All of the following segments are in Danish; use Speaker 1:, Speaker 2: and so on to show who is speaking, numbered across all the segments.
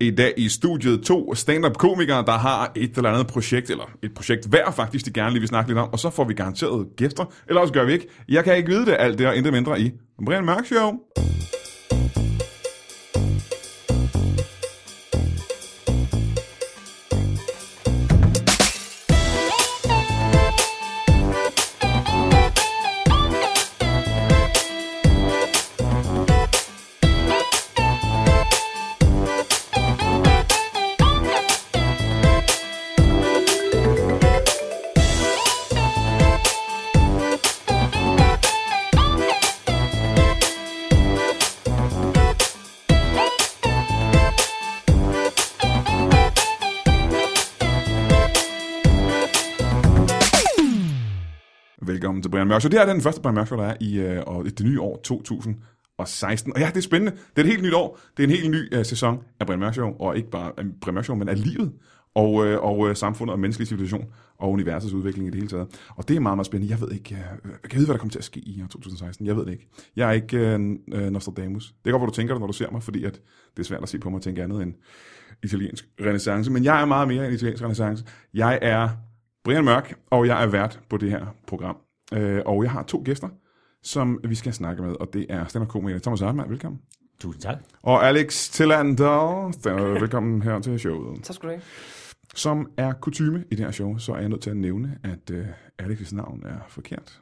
Speaker 1: I dag i studiet to stand-up-komikere, der har et eller andet projekt, eller et projekt hver faktisk, de gerne lige vil snakke lidt om, og så får vi garanteret gæster, eller også gør vi ikke. Jeg kan ikke vide det alt det, og intet mindre i Brian Mørk Show. Velkommen til Brian Mørk Show. Det her er den første Brian Mørk Show, der er i øh, og det nye år 2016. Og ja, det er spændende. Det er et helt nyt år. Det er en helt ny øh, sæson af Brian Mørk Show, og ikke bare af Brian Mørk Show, men af livet og, øh, og øh, samfundet og menneskelig civilisation og universets udvikling i det hele taget. Og det er meget, meget spændende. Jeg ved ikke, øh, jeg kan vide, hvad der kommer til at ske i år 2016. Jeg ved det ikke. Jeg er ikke øh, øh, Nostradamus. Det er godt, hvor du tænker det, når du ser mig, fordi at det er svært at se på mig og tænke andet end italiensk renaissance. Men jeg er meget mere end italiensk renaissance. Jeg er Brian Mørk, og jeg er vært på det her program. Øh, og jeg har to gæster, som vi skal snakke med, og det er stand komiker Thomas Hartmann, velkommen.
Speaker 2: Tusind tak.
Speaker 1: Og Alex Tillander, stand- øh, velkommen her til showet.
Speaker 3: Tak skal du have.
Speaker 1: Som er kutume i det her show, så er jeg nødt til at nævne, at øh, Alex' navn er forkert.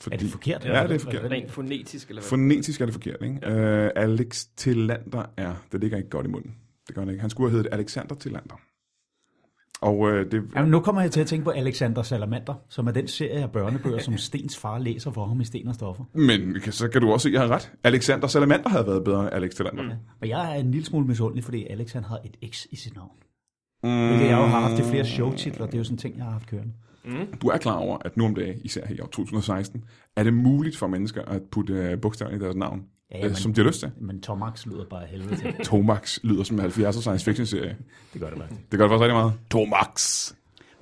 Speaker 1: Fordi,
Speaker 2: Er det forkert?
Speaker 1: Ja, det er forkert.
Speaker 3: Rent fonetisk, eller hvad?
Speaker 1: Øh, Fonetisk er det forkert, ikke? Ja. Øh, Alex Tillander er, det ligger ikke godt i munden. Det gør han ikke. Han skulle have heddet Alexander Tillander. Og øh, det,
Speaker 2: Jamen, nu kommer jeg til at tænke på Alexander Salamander, som er den serie af børnebøger, som Stens far læser for ham i Sten og Stoffer.
Speaker 1: Men kan- så kan du også se, at jeg har ret. Alexander Salamander havde været bedre end Alex Tillander. Mm.
Speaker 2: Og jeg er en lille smule misundelig, fordi Alex han har et X i sit navn. Mm. Hvilket jeg jo har haft i flere showtitler, det er jo sådan en ting, jeg har haft kørende.
Speaker 1: Du er klar over, at nu om dagen, især her i år 2016, er det muligt for mennesker at putte øh, bogstaverne i deres navn,
Speaker 2: Ja,
Speaker 1: ja, øh,
Speaker 2: jamen.
Speaker 1: som de har lyst til.
Speaker 2: Men Tomax lyder bare af helvede til.
Speaker 1: Tomax lyder som en 70'er science fiction serie.
Speaker 2: Det gør det faktisk.
Speaker 1: Det gør det faktisk rigtig meget. Tomax!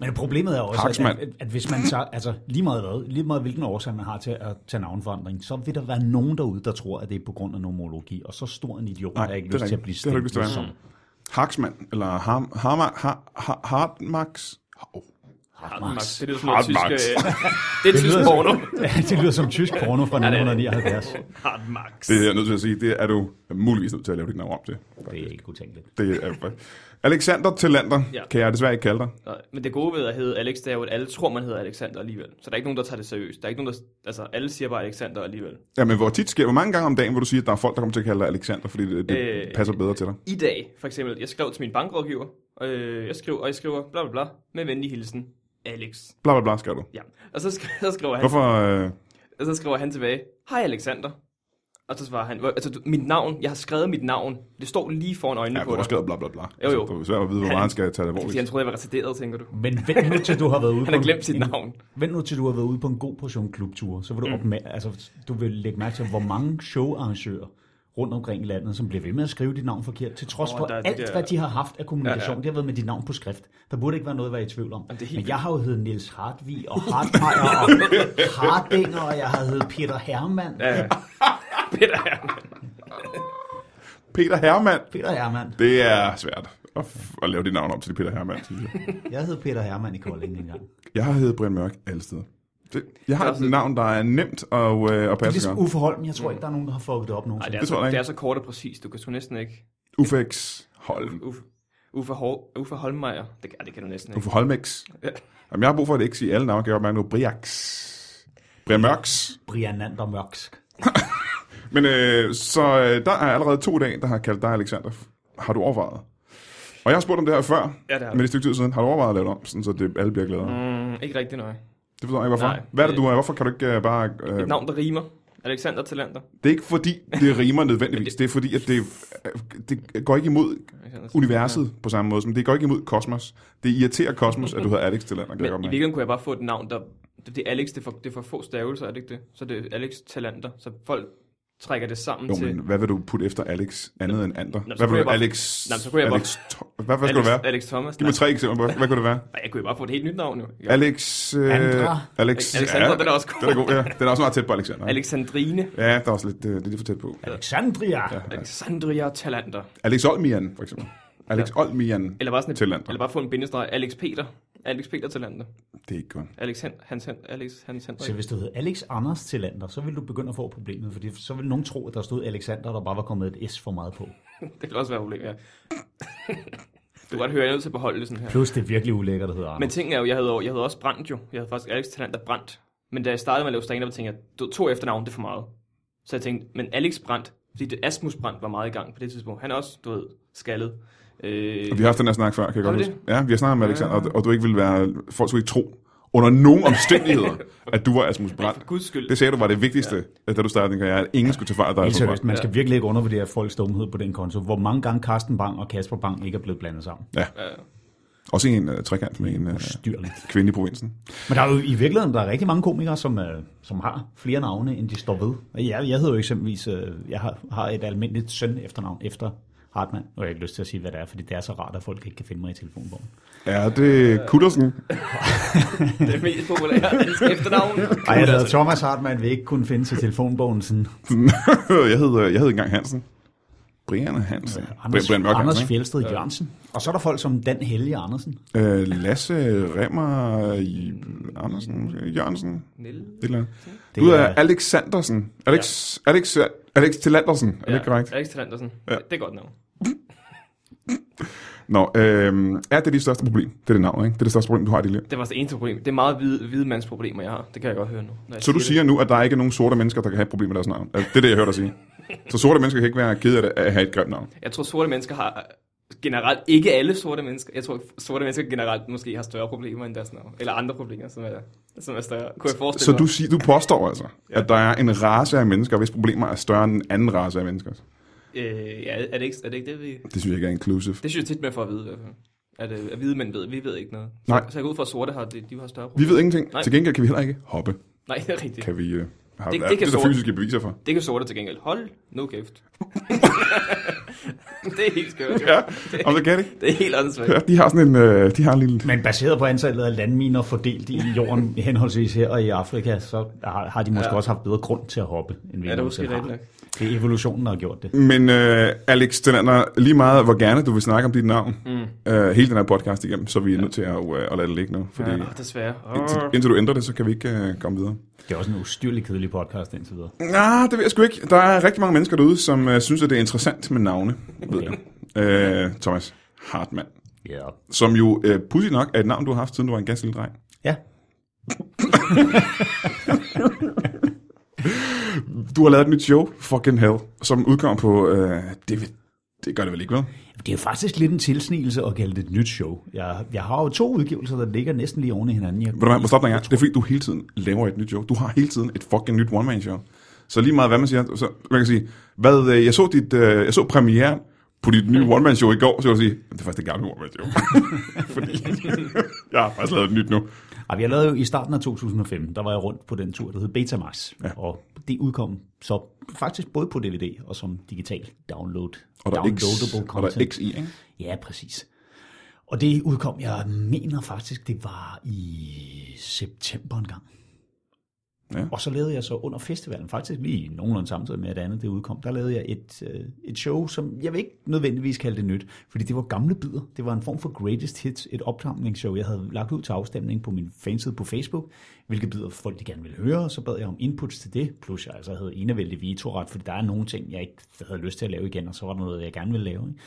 Speaker 2: Men problemet er også,
Speaker 1: Paxman.
Speaker 2: at, at, at, hvis man tager, altså lige meget hvad, lige meget hvilken årsag man har til at tage navnforandring, så vil der være nogen derude, der tror, at det er på grund af nomologi, og så stor en idiot, Nej,
Speaker 1: Nej,
Speaker 2: der ikke
Speaker 1: det er
Speaker 2: lyst til at
Speaker 1: rigtigt.
Speaker 2: blive
Speaker 1: Det har du ikke lyst til at
Speaker 2: stemplet som
Speaker 1: være. Haxman, eller Ham, Hamar, har, har, Hardmax. Oh,
Speaker 3: Max.
Speaker 2: Hartmax.
Speaker 3: Det lyder som noget
Speaker 1: Hard
Speaker 3: tysk...
Speaker 1: Max.
Speaker 3: øh, det er tysk porno.
Speaker 2: Ja, det lyder som tysk porno fra 1979.
Speaker 3: Hard Max.
Speaker 1: det er jeg nødt til at sige, det er du muligvis nødt til at lave dit navn om til.
Speaker 2: Det er ikke utænkeligt.
Speaker 1: Det er, Alexander Tillander
Speaker 3: Ja.
Speaker 1: kan jeg desværre ikke kalde dig.
Speaker 3: Nej, Men det gode ved at hedde Alex, det er jo, at alle tror, man hedder Alexander alligevel. Så der er ikke nogen, der tager det seriøst. Der er ikke nogen, der... Altså, alle siger bare Alexander alligevel.
Speaker 1: Ja, men hvor tit sker, hvor mange gange om dagen, hvor du siger, at der er folk, der kommer til at kalde dig Alexander, fordi det, det øh,
Speaker 3: Øh,
Speaker 1: passer bedre til dig?
Speaker 3: I dag, for eksempel, jeg skrev til min bankrådgiver, øh, jeg skrev, og jeg skriver bla bla bla, med venlig hilsen, Alex.
Speaker 1: Bla bla bla, skal du.
Speaker 3: Ja, og så, sk- så, skriver han,
Speaker 1: Hvorfor? Øh,
Speaker 3: og så skriver han tilbage, hej Alexander. Og så svarer han, "Hvor- altså du- mit navn, jeg har skrevet mit navn, det står lige foran øjnene
Speaker 1: ja,
Speaker 3: på
Speaker 1: du har
Speaker 3: dig.
Speaker 1: skrevet bla bla bla. Jo,
Speaker 3: jo.
Speaker 1: Altså, det er svært at vide, hvor meget han skal tage det
Speaker 3: Fordi han
Speaker 1: alvorligt.
Speaker 3: troede, jeg var retarderet, tænker du.
Speaker 2: Men vent nu til du har været ude
Speaker 3: Han har
Speaker 2: på
Speaker 3: glemt sit
Speaker 2: en,
Speaker 3: navn.
Speaker 2: Vent nu til du har været ude på en god portion klubture, så vil du, mm. opmær- altså, du vil lægge mærke til, hvor mange showarrangører rundt omkring i landet, som bliver ved med at skrive dit navn forkert, til trods
Speaker 3: Åh,
Speaker 2: for
Speaker 3: der er de
Speaker 2: alt,
Speaker 3: der-
Speaker 2: hvad de har haft af kommunikation.
Speaker 3: Ja,
Speaker 2: Ja, ja. Det har været med dit navn på skrift. Der burde ikke være noget at være i tvivl om.
Speaker 3: Jamen, det er helt
Speaker 2: Men
Speaker 3: vildt.
Speaker 2: jeg har jo heddet Niels Hartvig og Hartmeier og Hardinger, og jeg har heddet Peter Hermann. Ja.
Speaker 3: Ja, ja. Peter Hermann.
Speaker 1: Peter Hermann.
Speaker 2: Peter Hermann.
Speaker 1: Det er svært at, f- at lave dit navn om til Peter Hermann, synes jeg.
Speaker 2: Jeg hed Peter Hermann i Kolding engang.
Speaker 1: Jeg har heddet Brian Mørk alle steder. Det, jeg har et
Speaker 3: Også-
Speaker 1: navn, der er nemt og, øh, og
Speaker 2: Det er
Speaker 1: passer
Speaker 2: ligesom
Speaker 1: godt.
Speaker 2: Uffe Holm. Jeg tror ikke, der er nogen, der har fucket det op
Speaker 3: Ej,
Speaker 2: nogensinde.
Speaker 3: det, er
Speaker 1: Det
Speaker 3: så,
Speaker 1: tror jeg ikke.
Speaker 3: det er så kort og præcist. Du kan sgu næsten ikke...
Speaker 1: Ufex Holm.
Speaker 3: Uffe, Uffe, Hol, Uffe Holmeier. Det, ja, det kan du næsten ikke.
Speaker 1: Uffe Holmex.
Speaker 3: Ja.
Speaker 1: Jamen, jeg har brug for et X i alle navne. Kan jeg godt mærke nu? Briax. Brian Mørks.
Speaker 2: Brian Nander Mørksk.
Speaker 1: Men øh, så øh, der er allerede to dage, der har kaldt dig Alexander. Har du overvejet? Og jeg har spurgt om det her før,
Speaker 3: Ja, det har
Speaker 1: men det er et stykke tid siden. Har du overvejet at lave det om, sådan, så det, alle bliver gladere? Mm.
Speaker 3: Mm, ikke rigtig nøje.
Speaker 1: Det forstår jeg ikke, hvorfor.
Speaker 3: Nej.
Speaker 1: Hvad er det, du er? Hvorfor kan du ikke øh, bare... Øh,
Speaker 3: Et navn, der rimer. Alexander Talander.
Speaker 1: det er ikke fordi, det rimer nødvendigvis.
Speaker 3: Men
Speaker 1: det...
Speaker 3: det-
Speaker 1: det er fordi, at det, øh, det går ikke imod universet på samme måde, som det går ikke imod kosmos. Det irriterer kosmos, at du hedder Alex til lander. Kan
Speaker 3: Men
Speaker 1: jeg godt
Speaker 3: i
Speaker 1: mærke.
Speaker 3: virkeligheden kunne jeg bare få et navn, der... Det, det er Alex, det er, for, det er for få stavelser, er det ikke det? Så det er Alex Talander. Så folk trækker det sammen
Speaker 1: Jo,
Speaker 3: til...
Speaker 1: men hvad vil du putte efter Alex andet end andre?
Speaker 3: så
Speaker 1: Hvad
Speaker 3: kunne
Speaker 1: vil
Speaker 3: jeg
Speaker 1: du
Speaker 3: bare-
Speaker 1: Alex...
Speaker 3: Nå, men så kunne jeg bare-
Speaker 1: Alex... To- Hvad, hvad skulle
Speaker 3: Alex,
Speaker 1: det være?
Speaker 3: Alex Thomas.
Speaker 1: Giv mig tre eksempler. på, Hvad kunne det være?
Speaker 3: Nej, jeg kunne jo bare få et helt nyt navn, jo. Ja.
Speaker 1: Alex... Øh,
Speaker 2: Andra.
Speaker 1: Alex...
Speaker 3: Alexandra, den er også god.
Speaker 1: Den er god, ja. Den er også meget tæt på Alexander. ikke?
Speaker 3: Alexandrine.
Speaker 1: Ja, der er også lidt, øh, det er lidt for tæt på.
Speaker 2: Alexandria. Ja.
Speaker 3: Alexandria Talander.
Speaker 1: Alex Olmian, for eksempel. Alex Olmian.
Speaker 3: Eller bare, sådan et,
Speaker 1: Talander.
Speaker 3: eller bare få en bindestreg. Alex Peter. Alex Peter Talander.
Speaker 1: Det er ikke godt.
Speaker 3: Alex Hen, Hans Hen, Alex Hans Henrik.
Speaker 2: Så hvis du hed Alex Anders til lander, så ville du begynde at få problemet, fordi så ville nogen tro, at der stod Alexander, der bare var kommet et S for meget på.
Speaker 3: Det kan også være et problem, ja. du kan godt høre, jeg er nødt til at beholde det sådan her.
Speaker 2: Plus det er virkelig ulækkert, der hedder Anders.
Speaker 3: Men tingen er jo, jeg havde, jo- jeg havde også brændt jo. Jeg havde faktisk Alex Talander brændt. Men da jeg startede med at lave stand-up, tænkte jeg, du- to efternavn, det er for meget. Så jeg tænkte, men Alex Brandt, fordi det Asmus Brandt var meget i gang på det tidspunkt. Han er også, du ved, skaldet. Øh,
Speaker 1: Vi har haft den her snak før, kan jeg
Speaker 3: Har
Speaker 1: godt
Speaker 3: vi
Speaker 1: huske. Ja, vi har snakket med Alexander, og, og du ikke ville være... Folk skulle ikke tro, under nogen omstændigheder, at du var Asmus Brandt.
Speaker 3: for guds skyld.
Speaker 1: Det sagde du var det vigtigste, ja. da du startede din karriere, at ingen skulle tage fejl af dig.
Speaker 2: Helt
Speaker 1: Asmus
Speaker 2: seriøst,
Speaker 1: Brandt.
Speaker 2: man skal virkelig ikke undervurdere folks dumhed på den konto. Hvor mange gange Carsten Bang og Kasper Bang ikke er blevet blandet sammen.
Speaker 3: øh,
Speaker 1: Også en uh, trekant med en uh,
Speaker 2: Dyrligt.
Speaker 1: kvinde i provinsen.
Speaker 2: Men der er jo i virkeligheden der er rigtig mange komikere, som, øh, som har flere navne, end de står ved. Jeg, jeg hedder jo eksempelvis, øh, jeg har, har et almindeligt søn efternavn efter Hartmann, og jeg har ikke lyst til at sige, hvad det er, fordi det er så rart, at folk ikke kan finde mig i telefonbogen.
Speaker 1: Er
Speaker 2: Øh.
Speaker 1: det Kuttersen?
Speaker 3: Det er mest populære danske efternavn.
Speaker 2: Ej, jeg hedder Thomas Hartmann, vil ikke kunne finde til telefonbogen sådan.
Speaker 1: jeg, hed, øh, jeg hed engang Hansen. Brian Hansen. Brian,
Speaker 2: Anders,
Speaker 1: Brian Mørk
Speaker 2: Anders
Speaker 1: Hansen.
Speaker 2: Fjeldsted Jørgensen. Og så er der folk som Dan Helge Andersen.
Speaker 1: ikke? Øh, Lasse Remmer i Andersen, måske? Jørgensen.
Speaker 3: Niel.
Speaker 1: Et eller andet.
Speaker 2: Det
Speaker 1: Du hedder
Speaker 2: er-
Speaker 1: Alexandersen. Alex, Alex, Alex Tillandersen, er det ikke korrekt?
Speaker 3: Alex Talandersen. Ja. Det er godt navn.
Speaker 1: Nå, øh, er det dit største problem? Det er det navn, ikke? Det er det største problem, du har i dit liv.
Speaker 3: Det var det eneste problem. Det er meget hvide, hvide mands problemer, jeg har. Det kan jeg godt høre nu. når jeg
Speaker 1: Så du
Speaker 3: det.
Speaker 1: siger nu, at der ikke er nogen sorte mennesker, der kan have problemer med deres navn. Altså, Det er det, jeg hørte dig sige. Så sorte mennesker kan ikke være ked af det, at have et grimt navn.
Speaker 3: Jeg tror, sorte mennesker har generelt, ikke alle sorte mennesker, jeg tror, sorte mennesker generelt måske har større problemer end deres navn, eller andre problemer, som er, som er større. Kunne jeg forestille
Speaker 1: Så
Speaker 3: mig?
Speaker 1: du, siger, du påstår altså, at der er en race af mennesker, hvis problemer er større end en anden race af mennesker.
Speaker 3: Øh, ja, er det, ikke, er det ikke det, vi...
Speaker 1: Det synes jeg ikke er inclusive.
Speaker 3: Det synes jeg tit med for at vide, i hvert fald. At, øh, at hvide mænd ved, vi ved ikke noget.
Speaker 1: Nej.
Speaker 3: Så, så jeg går ud fra, at sorte har, de, de har større problemer.
Speaker 1: Vi ved ingenting.
Speaker 3: Nej.
Speaker 1: Til gengæld kan vi heller ikke hoppe,
Speaker 3: Nej, det er rigtigt.
Speaker 1: kan vi øh, have.
Speaker 3: Det-
Speaker 1: Det,
Speaker 3: det
Speaker 1: det,
Speaker 3: kan
Speaker 1: det er der
Speaker 3: sorte.
Speaker 1: fysiske beviser for.
Speaker 3: Det kan sorte til gengæld. Hold nu kæft. det er helt skørt.
Speaker 1: Ja, og så kan det.
Speaker 3: Det er helt åndssvagt.
Speaker 1: Ja, de har sådan en, øh, de har en lille...
Speaker 2: Men baseret på antallet af landminer fordelt i jorden henholdsvis her og i Afrika, så har, har de måske ja. også haft bedre grund til at hoppe, end vi
Speaker 3: Ja, det er måske
Speaker 2: nogensinde har.
Speaker 3: rigtigt nok.
Speaker 2: Det er evolutionen, der har gjort det.
Speaker 1: Men øh, Alex Delander, lige meget hvor gerne du vil snakke om dit navn, mm. øh, hele den her podcast igennem, så er vi er nødt til at, øh, at lade det ligge nu. Fordi
Speaker 3: Ja, desværre.
Speaker 1: indtil,
Speaker 3: Åh.
Speaker 1: indtil du ændrer det, så kan vi ikke øh, komme videre.
Speaker 2: Det er også en ustyrlig kedelig podcast indtil videre.
Speaker 1: Nej, det ved jeg sgu ikke. Der er rigtig mange mennesker derude, som øh, synes, at det er interessant med navne. Ved jeg. Øh, Thomas Hartmann.
Speaker 2: Ja.
Speaker 1: Som jo, øh, pudsigt nok, er et navn, du har haft, siden du var en ganske lille dreng.
Speaker 2: Ja.
Speaker 1: Du har lavet et nyt show, Fucking Hell, som udkom på... Øh, det, det gør det vel ikke, vel?
Speaker 2: Det er jo faktisk lidt en tilsnigelse at kalde det et nyt show. Jeg, jeg har jo to udgivelser, der ligger næsten lige oven i hinanden. Jeg,
Speaker 1: Ved du hvad, må stoppe dig en gang. Det er fordi, du hele tiden laver et nyt show. Du har hele tiden et fucking nyt one-man-show. Så lige meget, hvad man siger, så man kan sige, hvad, øh, jeg så, dit, øh, jeg så premieren på dit nye one-man-show i går, så vil du sige, det er faktisk det gamle one-man-show. fordi jeg har faktisk lavet et nyt nu.
Speaker 2: Ej, jeg lavede jo i starten af 2015, der var jeg rundt på den tur, der hed Betamax. Ja. Og det udkom så faktisk både på DVD og som digital download.
Speaker 1: Og der er X,
Speaker 2: downloadable
Speaker 1: og der er X i, ikke?
Speaker 2: Ja, præcis. Og det udkom, jeg mener faktisk, det var i september engang.
Speaker 1: Ja.
Speaker 2: Og så lavede jeg så under festivalen, faktisk lige nogenlunde samtidig med, at det andet det udkom, der lavede jeg et, øh, et show, som jeg vil ikke nødvendigvis kalde det nyt, fordi det var gamle bidder. Det var en form for greatest hits, et opsamlingsshow, jeg havde lagt ud til afstemning på min fanside på Facebook, hvilke bidder folk de gerne ville høre, og så bad jeg om inputs til det, plus jeg altså havde enevældig vetoret, fordi der er nogle ting, jeg ikke havde lyst til at lave igen, og så var der noget, jeg gerne ville lave. Ikke?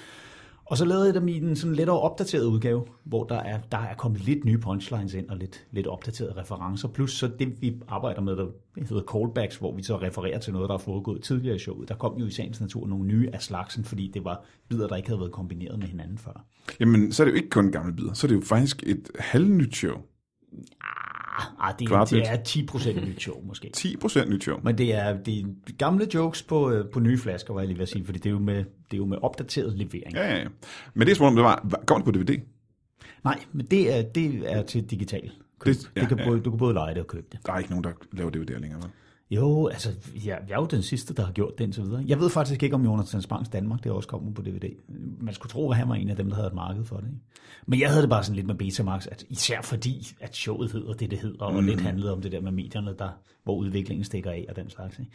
Speaker 2: Og så lavede jeg dem i en sådan lettere opdateret udgave, hvor der er, der er kommet lidt nye punchlines ind og lidt, lidt opdaterede referencer. Plus så det, vi arbejder med, der hedder callbacks, hvor vi så refererer til noget, der er foregået tidligere i showet. Der kom jo i sagens natur nogle nye af slagsen, fordi det var videre, der ikke havde været kombineret med hinanden før.
Speaker 1: Jamen, så er det jo ikke kun gamle bidder. Så er det jo faktisk et halvnyt show.
Speaker 2: Ah, ah det, er,
Speaker 1: Kvart nyt.
Speaker 2: det er 10% nyt show måske.
Speaker 1: 10% nyt show.
Speaker 2: Men det er, det er gamle jokes på, øh, på nye flasker, var jeg lige ved at sige, fordi det er jo med, det er jo med opdateret levering.
Speaker 1: Ja, ja, ja. Men det, jeg spurgte om, det var, hva- kommer det på DVD?
Speaker 2: Nej, men det er, det er til digital køb.
Speaker 1: Det-
Speaker 2: Det,
Speaker 1: ja,
Speaker 2: det kan
Speaker 1: ja.
Speaker 2: både, du kan både lege det og købe det.
Speaker 1: Der er ikke nogen, der laver DVD længere, vel?
Speaker 2: Jo, altså, jeg, jeg er jo den sidste, der har gjort det indtil videre. Jeg ved faktisk ikke, om Jonathan Spangs Danmark, det er også kommet på DVD. Man skulle tro, at han var en af dem, der havde et marked for det. Ikke? Men jeg havde det bare sådan lidt med Betamax, at især fordi, at showet hedder det, det hedder, og mm. lidt handlede om det der med medierne, der, hvor udviklingen stikker af og den slags. Ikke?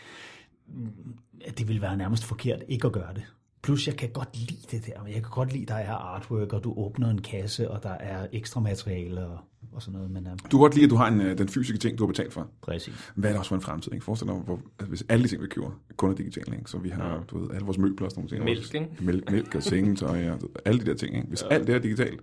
Speaker 2: at det ville være nærmest forkert ikke at gøre det. Plus, jeg kan godt lide det der, men jeg kan godt lide, der er artwork, og du åbner en kasse, og der er ekstra materiale og, og sådan noget. Men ja,
Speaker 1: Du kan godt lide, at du har en, øh, den fysiske ting, du har betalt for.
Speaker 2: præcis.
Speaker 1: Hvad er der også for en fremtid? Ikke? Forestil dig, hvor, altså, hvis alle de ting, vi køber, kun er digitale. Ikke? Så vi har ja. du ved, alle vores møbler og sådan nogle ting.
Speaker 3: Mælk, ikke?
Speaker 1: Mælk, mælk og sengetøj og alle de der ting. Ikke? Hvis ja. alt det er digitalt.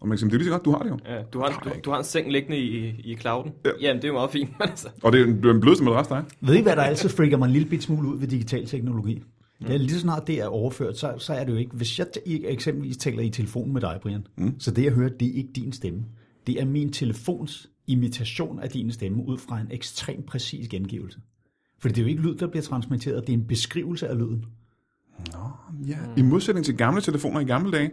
Speaker 1: Og man kan sige, det er lige så godt, du har det jo.
Speaker 3: Ja, du, har, en- du, du har en seng liggende i, i clouden.
Speaker 1: Ja.
Speaker 3: Ja. Jamen, det er jo meget fint. Men altså,
Speaker 1: Og det er jo den- du er den blødeste med det resten af jer.
Speaker 2: Ved I, hvad der altid freaker mig en lille bit smule ud ved digital teknologi? Ja, lige så snart det er overført, så, så er det jo ikke... Hvis jeg t- i- eksempelvis taler i telefon med dig, Brian, mm. så det jeg hører, det er ikke din stemme. Det er min telefons imitation af din stemme ud fra en ekstremt præcis gengivelse. Fordi det er jo ikke lyd, der bliver transmitteret, det er en beskrivelse af lyden.
Speaker 1: Ja, I modsætning til gamle telefoner i gamle dage.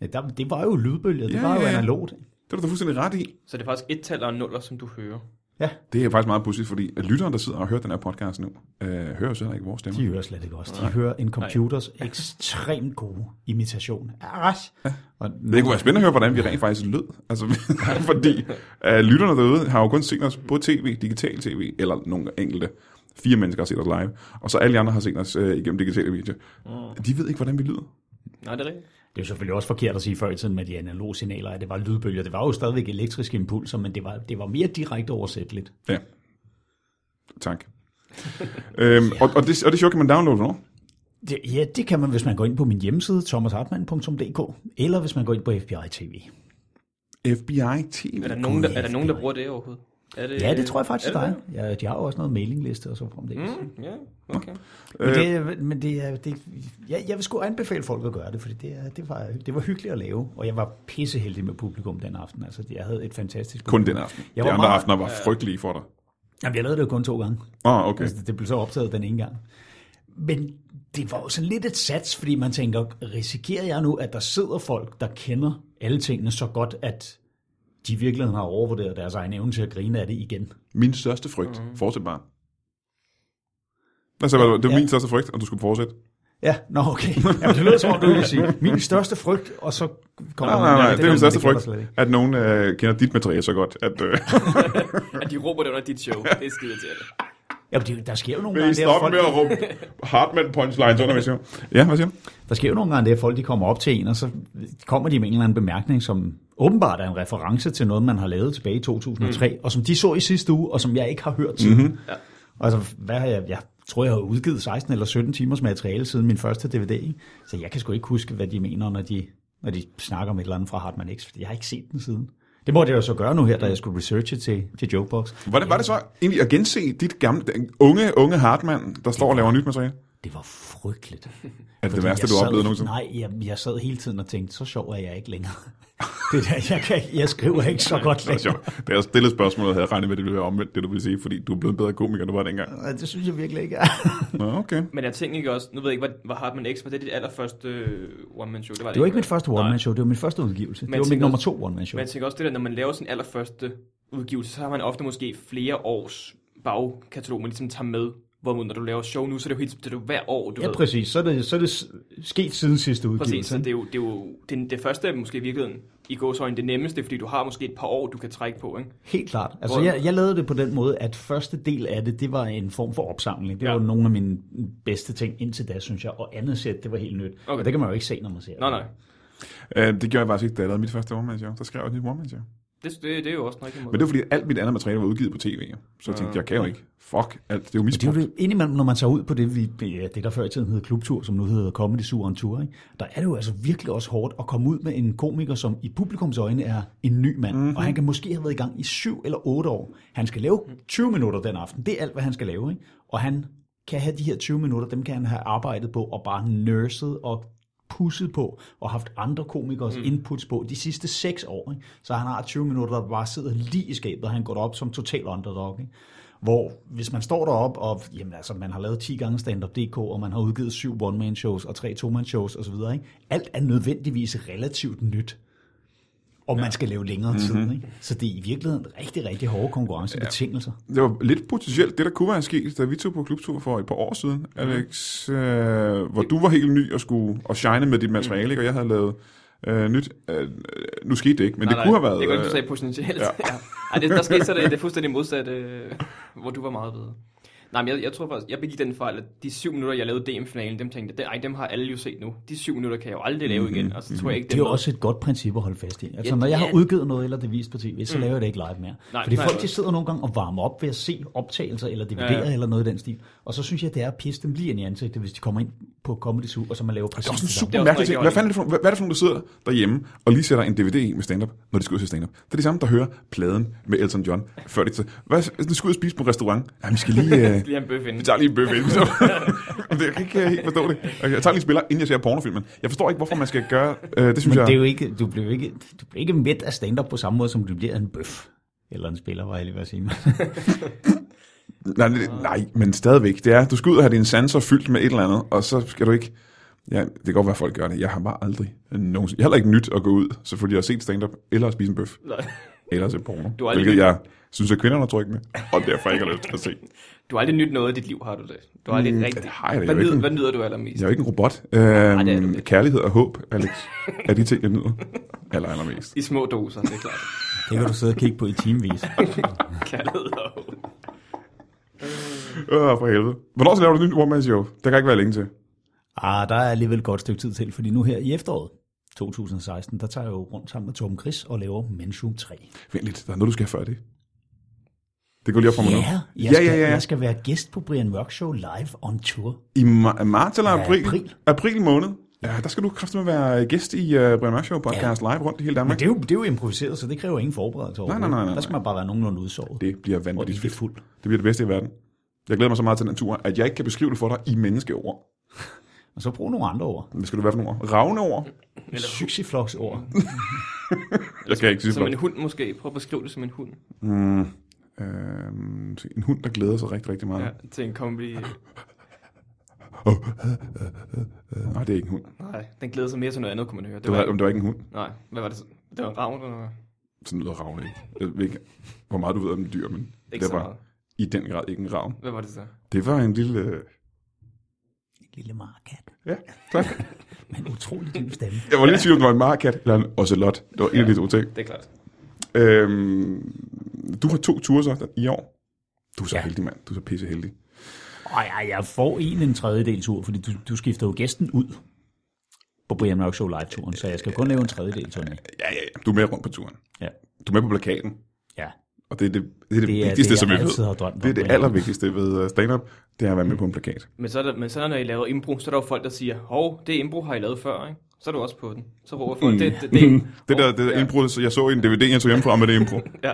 Speaker 2: Ja, der, det var jo lydbølger, det
Speaker 1: Ja,
Speaker 2: ja, var jo
Speaker 1: ja, ja.
Speaker 2: analogt.
Speaker 1: Det er du da fuldstændig ret i.
Speaker 3: så det er faktisk et tal og en nuller, som du hører.
Speaker 2: Ja,
Speaker 1: Det er faktisk meget pudsigt, fordi at lytteren, der sidder og hører den her podcast nu, øh, hører jo så heller ikke vores stemmer.
Speaker 2: de hører slet ikke også. De hører en computers ekstremt gode imitation. Arras. Og
Speaker 1: Det kunne være spændende at høre, hvordan vi rent faktisk lød. Altså, fordi øh, lytterne derude har jo kun set os på tv, digital tv, eller nogle enkelte. Fire mennesker har set os live, og så alle de andre har set os øh, igennem digitale videoer.
Speaker 2: Mm.
Speaker 1: De ved ikke, hvordan vi lyder.
Speaker 3: Nej, det er rigtigt.
Speaker 2: Det er jo selvfølgelig også forkert at sige før i tiden med de analoge signaler, at det var lydbølger. Det var jo stadigvæk elektriske impulser, men det var, det var mere direkte oversætteligt.
Speaker 1: Ja. Tak. øhm, og, og, det, og det show kan man downloade hvornår?
Speaker 2: Det, ja, det kan man, hvis man går ind på min hjemmeside, thomashartmann.dk, eller hvis man går ind på FBI TV.
Speaker 1: FBI TV.
Speaker 3: Er der, nogen, der, er der nogen, der bruger det overhovedet? Er det,
Speaker 2: Ja, det tror jeg faktisk,
Speaker 3: er
Speaker 2: der Øh, er. Ja, de har jo også noget mailingliste og så fremdeles. Mm. Øh.
Speaker 3: Mm, ja, okay.
Speaker 2: Men,
Speaker 1: Øh,
Speaker 2: det, er- men det, er- det, jeg, jeg vil sgu anbefale folk at gøre det, fordi det, er- det, var, det var hyggeligt at lave, og jeg var pisseheldig med publikum den aften. Altså, jeg havde et fantastisk
Speaker 1: Kun
Speaker 2: publikum.
Speaker 1: den aften.
Speaker 2: Jeg
Speaker 1: de
Speaker 2: var
Speaker 1: andre
Speaker 2: meget-
Speaker 1: aftener var frygtelige for dig.
Speaker 2: Jamen, jeg lavede det jo kun to gange.
Speaker 1: Åh, oh, okay.
Speaker 2: Altså, det blev så optaget den ene gang. Men det var jo sådan lidt et sats, fordi man tænker, risikerer jeg nu, at der sidder folk, der kender alle tingene så godt, at de i virkeligheden har overvurderet deres egen evne til at grine af det igen.
Speaker 1: Min største frygt. Mm. Fortsæt bare. Altså, det var ja.
Speaker 2: Ja.
Speaker 1: min største frygt, og du skulle fortsætte.
Speaker 2: Ja, nå okay. Jamen, det lyder som om, du vil sige, min største frygt, og så kommer
Speaker 1: Nej, nej, nej, det er min største
Speaker 2: det gør der
Speaker 1: frygt,
Speaker 2: slet ikke.
Speaker 1: at nogen øh, kender dit materiale så godt, at øh,
Speaker 3: At de råber det under dit show, det er skide til det.
Speaker 2: Jamen, det, der sker jo nogle
Speaker 1: vil I
Speaker 2: gange, det, at
Speaker 1: stoppe med
Speaker 2: folk,
Speaker 1: at råbe Hartmann punchlines under, hvis jeg... Ja, hvad siger du?
Speaker 2: der sker jo nogle gange det, at folk de kommer op til en, og så kommer de med en eller anden bemærkning, som åbenbart er en reference til noget, man har lavet tilbage i 2003, mm. og som de så i sidste uge, og som jeg ikke har hørt siden. Mm-hmm.
Speaker 3: Ja.
Speaker 2: Altså, hvad har jeg, jeg tror, jeg har udgivet 16 eller 17 timers materiale siden min første DVD, ikke? så jeg kan sgu ikke huske, hvad de mener, når de, når de snakker om et eller andet fra Hartmann X, fordi jeg har ikke set den siden. Det måtte jeg jo så gøre nu her, da jeg skulle researche til, til Jokebox.
Speaker 1: Hvordan var det så egentlig at gense dit gamle, den unge, unge Hartmann, der står og laver nyt materiale?
Speaker 2: Det var frygteligt.
Speaker 1: Er det det
Speaker 2: Fordi
Speaker 1: værste,
Speaker 2: jeg
Speaker 1: du har
Speaker 2: sad-
Speaker 1: oplevet nogensinde?
Speaker 2: Nej, jeg, jeg sad hele tiden og tænkte, så sjov er jeg ikke længere. det der, jeg, kan, ikke- jeg skriver ikke så godt
Speaker 1: Det er
Speaker 2: længere.
Speaker 1: sjovt. Da jeg stillede spørgsmålet, havde jeg regnet med, at det ville være omvendt, det du ville sige, fordi du er blevet en bedre komiker, end du var dengang.
Speaker 2: Nej, Det synes jeg virkelig ikke er.
Speaker 1: Nå, okay.
Speaker 3: Men jeg tænker ikke også, nu ved jeg ikke, hvad, hvad Hartmann X, var det dit allerførste øh, one-man-show? Det var,
Speaker 2: Det var ikke mit første one-man-show, det var min første udgivelse.
Speaker 3: Men
Speaker 2: Det var mit
Speaker 3: tænker-
Speaker 2: nummer to one-man-show.
Speaker 3: Men jeg tænker også det der, når man laver sin allerførste udgivelse, så har man ofte måske flere års bagkatalog, man ligesom tager med. Hvorimod når du laver show nu, så er det jo, helt, det er jo hver år, du
Speaker 2: Ja,
Speaker 3: ved.
Speaker 2: præcis. Så er det, så er det s- sket siden sidste udgivelse.
Speaker 3: Præcis, så
Speaker 2: ikke?
Speaker 3: det er jo det, er jo, det, det første er måske i virkeligheden i gåsøjne det nemmeste, fordi du har måske et par år, du kan trække på, ikke?
Speaker 2: Helt klart. Altså,
Speaker 3: Hvor-
Speaker 2: jeg, jeg lavede det på den måde, at første del af det, det var en form for opsamling. Det
Speaker 3: Ja.
Speaker 2: var nogle af mine bedste ting indtil da, synes jeg. Og andet sæt, det var helt nyt.
Speaker 3: Okay.
Speaker 2: Og det kan man jo ikke se, når man ser
Speaker 3: Nej,
Speaker 2: det.
Speaker 3: nej.
Speaker 1: Øh, det gjorde jeg faktisk ikke, da jeg lavede mit første one-man-show. Så skrev jeg et nyt one-man-show.
Speaker 3: Det, det, det er jo også nok en
Speaker 1: Men
Speaker 3: måde.
Speaker 1: det var fordi, at alt mit andet materiale var udgivet på tv. jo. Så jeg tænkte, jeg kan jo ikke. Fuck, alt, det er jo
Speaker 2: Det er
Speaker 1: misbrugt.
Speaker 2: jo det, indimellem, når man tager ud på det, vi, ja, det der før i tiden hed klubtur, som nu hedder Comedy Sur en Tour, ikke? der er det jo altså virkelig også hårdt at komme ud med en komiker, som i publikums øjne er en ny mand, mm-hmm. og han kan måske have været i gang i syv eller otte år. Han skal lave 20 minutter den aften, det er alt, hvad han skal lave, ikke? og han kan have de her 20 minutter, dem kan han have arbejdet på og bare nurset og pusset på og haft andre komikers mm. inputs på de sidste seks år. Ikke? Så han har 20 minutter, der bare sidder lige i skabet, og han går op som total underdog. Ikke? Hvor hvis man står derop og jamen, altså, man har lavet 10 gange stand-up.dk, og man har udgivet syv one-man-shows og tre to-man-shows osv., ikke? alt er nødvendigvis relativt nyt. og man skal lave længere tid. Ikke? Så det er i virkeligheden rigtig, rigtig hårde konkurrencebetingelser.
Speaker 1: Det var lidt potentielt det, der kunne være sket, da vi tog på klubtur for et par år siden, Alex, øh, hvor du var helt ny og skulle og shine med dit materiale, ikke? og jeg havde lavet øh, nyt. Øh, nu skete det ikke, men nej, det kunne have været...
Speaker 3: Det kunne ikke,
Speaker 1: øh,
Speaker 3: du sagde potentielt. Ja. ja. Ej, det, der skete så det, det fuldstændig modsatte, øh, hvor du var meget bedre. Nej, men jeg, jeg tror faktisk, jeg begik den fejl, at de syv minutter, jeg lavede DM-finalen, dem tænkte jeg, "Ej, dem har alle jo set nu. De syv minutter kan jeg jo aldrig
Speaker 1: Mhm.
Speaker 3: lave igen, og så tror jeg ikke,
Speaker 2: Det er jo
Speaker 3: med.
Speaker 2: også et godt princip at holde fast i. Altså,
Speaker 3: Ja,
Speaker 2: når jeg har
Speaker 3: ja.
Speaker 2: udgivet noget, eller det Mm. er vist på tv, så laver jeg det ikke live mere.
Speaker 3: Nej,
Speaker 2: Fordi
Speaker 3: nej,
Speaker 2: folk
Speaker 3: nej.
Speaker 2: de sidder nogle gange og varmer op ved at se optagelser, eller dividere,
Speaker 3: Ja, ja.
Speaker 2: eller noget i den stil. Og så synes jeg, det er at pisse dem lige ind i ansigtet, hvis de kommer ind på Comedy Zoo, og så man laver præcis
Speaker 1: Det er også en
Speaker 2: det samme.
Speaker 1: super
Speaker 3: også
Speaker 1: mærkelig
Speaker 3: rigtig
Speaker 1: ting. Hvad, fanden er det for, hvad, hvad er det for nogen, der sidder derhjemme og lige sætter en DVD i med stand-up, når de skal ud til stand-up? Det er de samme, der hører pladen med Elton John, før de til. Hvad, hvis de skal ud og spise på en restaurant? Ja, vi skal lige... Øh,
Speaker 3: Lige have en bøf inden.
Speaker 1: vi tager lige en bøf ind. Så. Men det- jeg kan ikke øh, helt forstå det. Okay, Jeg tager lige en spiller, inden jeg ser pornofilmen. Jeg forstår ikke, hvorfor man skal gøre... Øh, det synes
Speaker 2: Men
Speaker 1: jeg...
Speaker 2: det er jo ikke, du bliver jo ikke, du bliver ikke mæt af stand-up på samme måde, som du bliver af en bøf. Eller en spiller, var jeg lige ved at sige.
Speaker 1: Nej, det, nej, men stadigvæk. Det er, du skal ud og have dine sanser fyldt med et eller andet, og så skal du ikke... Ja, det kan godt være, at folk gør det. Jeg har bare aldrig nogensinde... Jeg har heller ikke nyt at gå ud, selvfølgelig. Jeg har set stand-up, eller at spise en bøf,
Speaker 3: Nej.
Speaker 1: eller at se porno.
Speaker 3: Du har aldrig
Speaker 1: hvilket jeg synes, at kvinderne er trygge med, og derfor ikke har lyst til at se.
Speaker 3: Du har aldrig nyt noget af dit liv, har du det? Du har aldrig mm, rigtig...
Speaker 1: Mhm. det har jeg da
Speaker 3: hvad,
Speaker 1: jo ikke.
Speaker 3: nyder, hvad nyder du allermest?
Speaker 1: Jeg er jo ikke en robot.
Speaker 3: det er du
Speaker 1: Øhm,
Speaker 3: ikke.
Speaker 1: kærlighed og håb, Alex, er de ting, jeg nyder aller, allermest.
Speaker 3: I små doser, det er klart.
Speaker 2: Det kan du sidde og kigge på i timevis.
Speaker 3: Kærlighed og...
Speaker 1: Øh, for helvede. Hvornår så laver du et nyt one show? Der kan ikke være længe til.
Speaker 2: Ah, der er alligevel et godt stykke tid til, fordi nu her i efteråret 2016, der tager jeg jo rundt sammen med Tom Chris og laver Mensum 3.
Speaker 1: Vent lidt, der er noget, du skal have før det. Det går lige op for mig nu.
Speaker 2: Ja, jeg,
Speaker 1: ja,
Speaker 2: skal,
Speaker 1: ja, ja.
Speaker 2: jeg skal være gæst på Brian Mørk Show live on tour.
Speaker 1: I ma- marts eller
Speaker 2: Ja,
Speaker 1: april?
Speaker 2: april.
Speaker 1: April måned. Ja, der skal du kraftigt med være gæst i uh, Brian Mørk Show podcast ja. live rundt i hele Danmark.
Speaker 2: Det er, jo, det er jo improviseret, så det kræver ingen forberedelse over.
Speaker 1: nej, nej, nej,
Speaker 2: Der skal
Speaker 1: nej.
Speaker 2: man bare være nogenlunde udsovet.
Speaker 1: Det bliver
Speaker 2: og
Speaker 1: vanvittigt
Speaker 2: ikke
Speaker 1: fedt.
Speaker 2: fuld.
Speaker 1: Det bliver det bedste i verden. Jeg glæder mig så meget til den tur, at jeg ikke kan beskrive det for dig i menneskeord.
Speaker 2: Og så brug nogle andre ord.
Speaker 1: Hvad skal du være for nogle ord? Ravneord?
Speaker 2: Syxiflox-ord.
Speaker 1: Jeg kan ikke sige
Speaker 3: Som en
Speaker 1: det.
Speaker 3: hund måske. Prøv at beskrive det som en hund.
Speaker 1: Øhm, se, en hund, der glæder sig rigtig, rigtig meget. Ja.
Speaker 3: Ja, til en comedy...
Speaker 1: Øh, Nej, det er ikke en hund.
Speaker 3: Nej, den glæder sig mere til noget andet, kunne man høre.
Speaker 1: Det var, om det var ikke en hund.
Speaker 3: Nej, hvad var det? så? Det var en ravn, eller hvad?
Speaker 1: Sådan lyder ravne ikke. Jeg ved ikke, hvor meget du ved om dyr, men
Speaker 3: Ikke
Speaker 1: det
Speaker 3: så
Speaker 1: var
Speaker 3: meget.
Speaker 1: i den grad ikke en ravn.
Speaker 3: Hvad var det så?
Speaker 1: Det var en lille... øh,
Speaker 2: Lille markat.
Speaker 1: Ja, tak.
Speaker 2: Men utrolig dyb stemme.
Speaker 1: Jeg var lidt i tvivl, om det var en markat eller en ocelot. Det var en af de to ting.
Speaker 3: Det er klart.
Speaker 1: Øhm, du har to ture så i år. Du er så ja. heldig, mand. Du er så pisse heldig.
Speaker 2: Og jeg, jeg får en en tredjedel tur, fordi du, du skifter jo gæsten ud på Brian Mørk Show live-turen, så jeg skal kun lave en tredjedel turné.
Speaker 1: Ja, ja, ja. Du er med rundt på turen.
Speaker 2: Ja.
Speaker 1: Du er med på plakaten.
Speaker 2: ja.
Speaker 1: Og det er det, det, er det,
Speaker 2: Det er
Speaker 1: vigtigste,
Speaker 2: det, jeg
Speaker 1: som jeg
Speaker 2: altid
Speaker 1: ved.
Speaker 2: har drømt om,
Speaker 1: det er det
Speaker 2: Brian.
Speaker 1: allervigtigste ved øh, stand-up, det er at være med på en plakat.
Speaker 3: Men så, er der, men så når I laver impro, så er der jo folk, der siger, hov, det impro har I lavet før, ikke? Så er du også på den. Så råber folk, det, Mm. det, det,
Speaker 1: Det der, det der
Speaker 3: ja.
Speaker 1: impro, så jeg så i en DVD, jeg tog hjemmefra med det impro.
Speaker 3: Ja.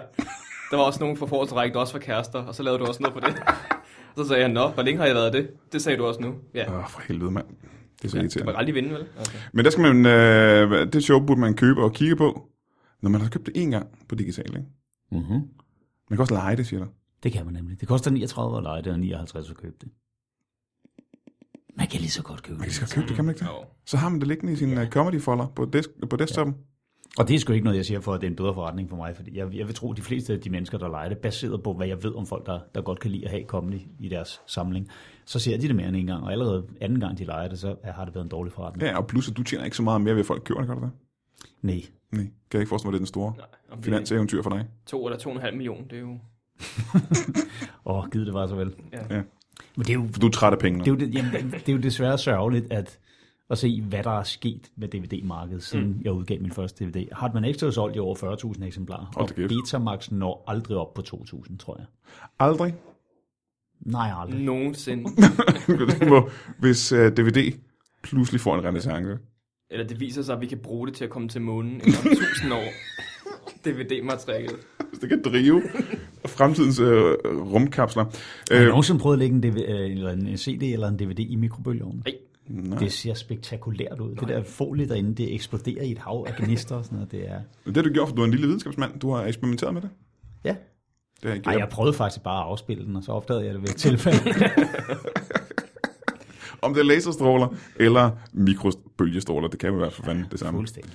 Speaker 3: Der var også nogen fra forårsrække, der også var kærester, og så lavede du også noget på det. Og så sagde jeg, nå, hvor længe har jeg været det? Det sagde du også nu. Ja,
Speaker 1: Åh, for helvede, mand. Det er så
Speaker 3: du kan
Speaker 1: irriterende.
Speaker 3: aldrig vinde, vel? Okay.
Speaker 1: Men der skal man, øh, det show burde man købe og kigge på, når man har købt det én gang på digital, ikke?
Speaker 2: Mm-hmm.
Speaker 1: Man kan også lege det, siger der.
Speaker 2: Det kan man nemlig. Det koster 39 at lege det, og 59 at købe det. Man kan lige så godt købe
Speaker 1: Man kan
Speaker 2: det.
Speaker 1: skal købe det, kan man ikke det?
Speaker 3: Jo.
Speaker 1: Så har man det liggende i sin øh, comedy-folder på, desk, på desktopen.
Speaker 2: Og det er sgu ikke noget, jeg siger for, at det er en bedre forretning for mig, fordi jeg, jeg vil tro, at de fleste af de mennesker, der leger det, baseret på, hvad jeg ved om folk, der, der godt kan lide at have comedy i deres samling, så ser de det mere end en gang, og allerede anden gang, de leger det, så har det været en dårlig forretning. Ja.
Speaker 1: Ja, og plus, at du tjener ikke så meget mere ved, at folk køber det, gør du det?
Speaker 2: Nej.
Speaker 1: Nej, kan jeg ikke forestille mig, at det er den store
Speaker 3: Nej, om det er
Speaker 1: finanseventyr for dig.
Speaker 3: to eller to og en halv million, det er jo...
Speaker 2: Åh, givet det var så vel.
Speaker 3: Ja.
Speaker 1: Ja.
Speaker 2: Men det er jo,
Speaker 1: For du er træt af pengene.
Speaker 2: det er jo, det, jamen, det er jo desværre sørgeligt at, at se, hvad der er sket med DVD-markedet, siden mm. jeg udgav min første DVD. Hartmann Extra er solgt i over 40.000 eksemplarer,
Speaker 1: Hold
Speaker 2: og
Speaker 1: da kæft.
Speaker 2: Betamax når aldrig op på 2.000, tror jeg.
Speaker 1: Aldrig.
Speaker 2: Nej, aldrig.
Speaker 3: Nogensinde.
Speaker 1: Det må- Hvis uh, DVD pludselig får en renaissance.
Speaker 3: Eller det viser sig, at vi kan bruge det til at komme til månen inden om tusind år. DVD-materialet.
Speaker 1: Hvis det kan drive fremtidens uh, rumkapsler.
Speaker 2: Har
Speaker 1: Uh,
Speaker 2: du nogensinde prøvet at lægge en, DV, øh, eller en CD eller en DVD i mikrobølgeovnen?
Speaker 3: Nej,
Speaker 2: Det ser spektakulært ud. Det der folie derinde, det eksploderer i et hav af gnister og sådan noget. Det er...
Speaker 1: det har du gjort, for du er en lille videnskabsmand. Du har eksperimenteret med det.
Speaker 2: Ja.
Speaker 1: Det har jeg
Speaker 2: Ej, jeg
Speaker 1: gjort.
Speaker 2: prøvede faktisk bare at afspille den, og så opdagede jeg det ved et tilfælde.
Speaker 1: Om det er laserstråler eller mikrobølgestråler, det kan jo være for fanden det samme.
Speaker 2: Fuldstændig.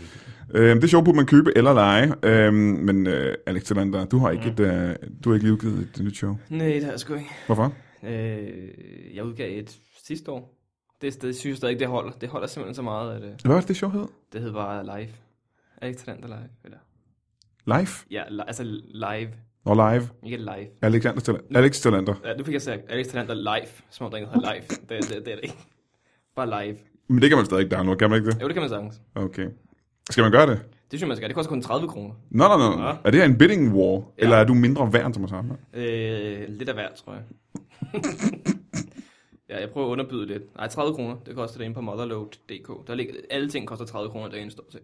Speaker 1: Øhm, det show burde man købe eller lege, øhm, men øh, Alex Tillander, du har ikke,
Speaker 3: Mm.
Speaker 1: et, øh, du har ikke lige udgivet et nyt show.
Speaker 3: Nej, det har jeg sgu ikke.
Speaker 1: Hvorfor?
Speaker 3: Øh, jeg udgav et sidste år. Det sted, synes jeg stadig ikke, det holder. Det holder simpelthen så meget, at øh,
Speaker 1: Hvad var det, det show hed?
Speaker 3: det hed bare live. Alex Talander live. Eller,
Speaker 1: Live?
Speaker 3: ja, li- altså live.
Speaker 1: Nå, live.
Speaker 3: Ikke live.
Speaker 1: Alexander Tillander. Alex Tillander.
Speaker 3: Ja, nu fik jeg sagt Alex Talander live, som om der ikke hedder live. Det, det, det er det ikke. Bare live.
Speaker 1: Men det kan man stadig ikke downloade, kan man ikke det?
Speaker 3: Jo, det kan man sagtens.
Speaker 1: Okay. Skal man gøre det?
Speaker 3: Det synes jeg, man skal gøre. Det koster kun 30 kroner.
Speaker 1: Nå, nå, nå. nå.
Speaker 3: Ja.
Speaker 1: Er det her en bidding war? Ja. Eller er du mindre værd end Thomas Hartmann?
Speaker 3: Øh, lidt af hvert, tror jeg. ja, jeg prøver at underbyde lidt. Nej, 30 kroner, det koster det inde på motherload.dk. Der ligger, alle ting koster 30 kroner derinde, står til.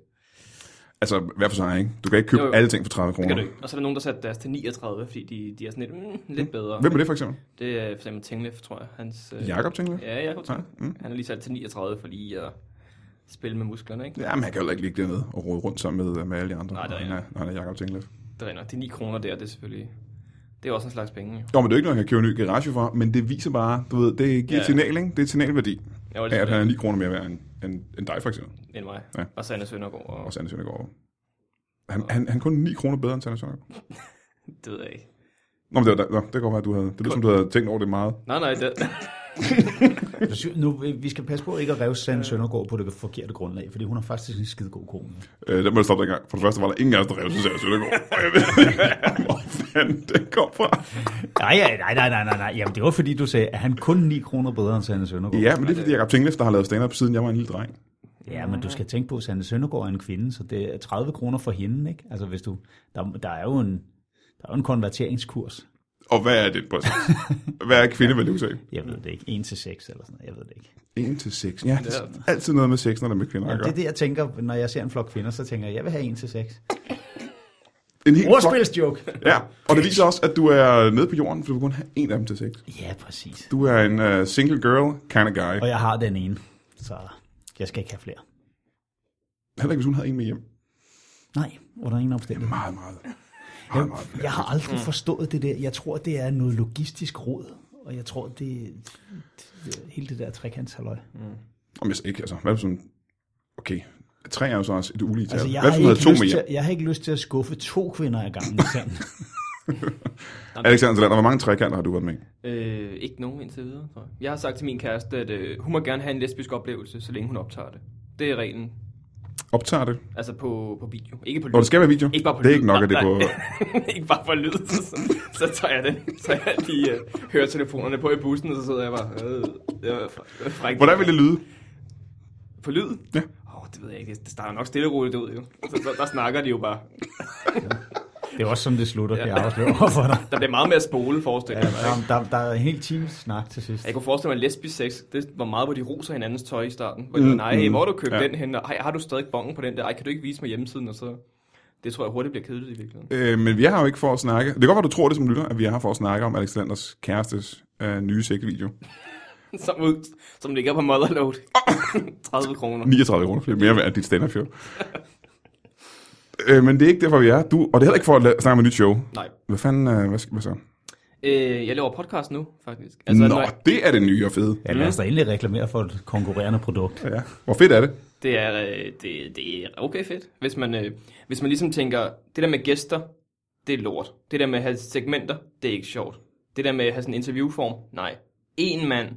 Speaker 1: Altså, hvad for sig, ikke? Du kan ikke købe
Speaker 3: Jo,
Speaker 1: jo,
Speaker 3: jo.
Speaker 1: alle ting for 30
Speaker 3: Det
Speaker 1: kroner.
Speaker 3: kan du ikke. Og så er der nogen, der satte deres til 39, fordi de, de er sådan lidt, mm, lidt bedre.
Speaker 1: Hvem er det for eksempel?
Speaker 3: Det er for eksempel Tinglef, tror jeg. Hans, øh,
Speaker 1: Jakob Tinglev?
Speaker 3: Ja, Jakob
Speaker 1: Ja.
Speaker 3: Tinglef.
Speaker 1: Mm.
Speaker 3: Han er lige sat til 39 for lige at spille med musklerne, ikke?
Speaker 1: Jamen, han kan jo heller ikke ligge dernede og rode rundt sammen med, med alle de andre,
Speaker 3: Nej, det er
Speaker 1: når, han er, når han er Jacob Tinglev.
Speaker 3: Det rinder. De 9 kroner der, det er selvfølgelig... Det er også en slags penge, jo.
Speaker 1: Jo, men det er jo ikke noget, han kan købe en ny garage for, men det viser bare, du ved, det giver ja.
Speaker 3: Ja.
Speaker 1: et signal, ikke? Det er et signalværdi,
Speaker 3: Jeg var
Speaker 1: af at han er
Speaker 3: lidt
Speaker 1: 9 kroner mere værd end, end, end dig, for eksempel.
Speaker 3: end mig.
Speaker 1: Ja.
Speaker 3: Ja. Og Sanne Søndergaard. Og,
Speaker 1: Også Anders Søndergaard. Han, han, han er kun 9 kroner bedre end Anders Søndergaard.
Speaker 3: det ved jeg ikke.
Speaker 1: Nå, men det, var, da- nå, det kan godt være, at du havde, det lyder som, du havde tænkt over det meget.
Speaker 3: Nej, nej, det,
Speaker 2: Du sy- Nu, øh, vi skal passe på ikke at revse Sande Søndergaard på det forkerte grundlag, fordi hun er faktisk en skide god kone.
Speaker 1: Øh, der må jeg stoppe dig en gang. For det første var der ingen af os, der rev til Søren Søndergaard. Og jeg ved ikke, hvor fanden det kom fra.
Speaker 2: Nej, nej, nej, nej, nej, nej, nej. Jamen, det var fordi, du sagde, at han kun 9 kroner bedre end Sande Søndergaard.
Speaker 1: Ja, men det er fordi, Jacob Tinglev, der har lavet stand-up siden jeg var en lille dreng.
Speaker 2: Ja, men du skal tænke på, at Sande Søndergaard er en kvinde, så det er 30 kroner for hende, ikke? Altså, hvis du... Der, der er jo en... Der er jo en konverteringskurs.
Speaker 1: Og hvad er det præcis? Hvad er kvindevaluta?
Speaker 2: Jeg ved det ikke. 1 til 6 eller sådan noget. Jeg ved det ikke.
Speaker 1: 1 til 6. Ja, det er altid noget med 6, når det er med kvinder at
Speaker 2: Jamen, det
Speaker 1: gøre.
Speaker 2: er det, jeg tænker, når jeg ser en flok kvinder, så tænker jeg, jeg vil have 1 til 6.
Speaker 1: En helt flok-
Speaker 2: Ordspilsjoke!
Speaker 1: Ja, og det viser også, at du er nede på jorden, for du kan kun have en af dem til 6.
Speaker 2: Ja, præcis.
Speaker 1: Du er en uh, single girl kind of guy.
Speaker 2: Og jeg har den ene, så jeg skal ikke have flere.
Speaker 1: Heller ikke, hvis hun havde en med hjem.
Speaker 2: Nej, under ingen omstændighed.
Speaker 1: Meget, meget. Meget, meget.
Speaker 2: Jeg har aldrig forstået det der. Jeg tror, det er noget logistisk råd, og jeg tror, det, det hele det der trekantshalløj.
Speaker 1: Om jeg så ikke, altså, hvad hvis hun... Okay, tre er jo så også et ulige tal.
Speaker 2: Altså, jeg,
Speaker 1: hvad hvis
Speaker 2: har
Speaker 1: hun havde
Speaker 2: ikke
Speaker 1: to med
Speaker 2: lyst
Speaker 1: hjem?
Speaker 2: til, jeg har ikke lyst til at skuffe to kvinder ad gangen. sådan.
Speaker 1: Alexander Zalander, hvor mange trekanter har du været med? i?
Speaker 3: Øh, ikke nogen indtil videre, tror jeg. Jeg har sagt til min kæreste, at øh, hun må gerne have en lesbisk oplevelse, så længe hun optager det. Det er reglen.
Speaker 1: Optager det?
Speaker 3: Altså på, på video. Ikke på lyd.
Speaker 1: Når det skal være video?
Speaker 3: Ikke bare på
Speaker 1: det er
Speaker 3: lyd.
Speaker 1: ikke nok, at det er på...
Speaker 3: på... ikke bare på lyd. Så, så tager jeg den. Så jeg lige øh, hører telefonerne på i bussen, og så sidder jeg bare... Øh, det var fr- frækt.
Speaker 1: Hvordan vil det lyde?
Speaker 3: På lyd?
Speaker 1: Ja.
Speaker 3: Åh, oh, det ved jeg ikke. Det starter nok stille og roligt ud, jo. Så, så, der snakker de jo bare.
Speaker 2: Det er også som det slutter, kan
Speaker 3: Ja.
Speaker 2: jeg afsløre for dig.
Speaker 3: Der bliver meget mere spole, forestiller jeg mig.
Speaker 2: Der,
Speaker 3: ikke?
Speaker 2: der, der er en hel times snak til sidst.
Speaker 3: Jeg kunne forestille mig, at lesbisk sex, det var meget, hvor de roser hinandens tøj i starten. Hvor de var, nej, hvor har du købt
Speaker 1: Mm, Ja.
Speaker 3: ja. den henne? Ej, har du stadig bongen på den der? Ej, kan du ikke vise mig hjemmesiden? Og så... Det tror jeg hurtigt bliver kedeligt i virkeligheden.
Speaker 1: Øh, men vi er her jo ikke for at snakke... Det kan godt være, du tror det som lytter, at vi er her for at snakke om Alexanders kærestes øh, nye sexvideo.
Speaker 3: som, ud, som ligger på Motherload. 30 kroner.
Speaker 1: 39 kroner, for det er mere værd end dit stand up øh, men det er ikke derfor, vi er. Du, og det er heller ikke for at la- snakke om et nyt show.
Speaker 3: Nej.
Speaker 1: Hvad fanden... Øh, hvad, hvad så?
Speaker 3: Øh, jeg laver podcast nu, faktisk.
Speaker 1: Altså, Nå,
Speaker 3: når,
Speaker 1: det er det nye og fede.
Speaker 2: Ja, lad os da endelig reklamere for et konkurrerende produkt.
Speaker 1: Ja. Hvor fedt er det?
Speaker 3: det, er, øh, det, det er okay fedt. Hvis man, øh, hvis man ligesom tænker, det der med gæster, det er lort. Det der med at have segmenter, det er ikke sjovt. Det der med at have sådan en interviewform, nej. En mand,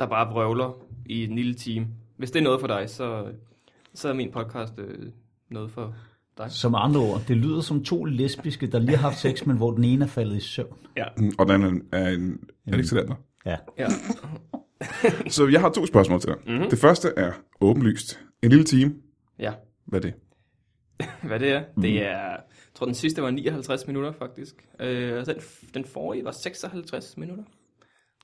Speaker 3: der bare brøvler i en lille time. Hvis det er noget for dig, så, så er min podcast øh, noget for dig.
Speaker 2: Som andre ord, det lyder som to lesbiske, der lige har haft sex, men hvor den ene er faldet i søvn.
Speaker 3: Ja.
Speaker 1: Mm, Og den er en, er en Alexander.
Speaker 2: Ja.
Speaker 3: ja.
Speaker 1: Så jeg har to spørgsmål til dig. Mm-hmm. Det første er åbenlyst. En lille time.
Speaker 3: ja.
Speaker 1: Hvad er det?
Speaker 3: Hvad det er? Det er, jeg tror den sidste var 59 minutter faktisk. Øh, og den, den forrige var 56 minutter.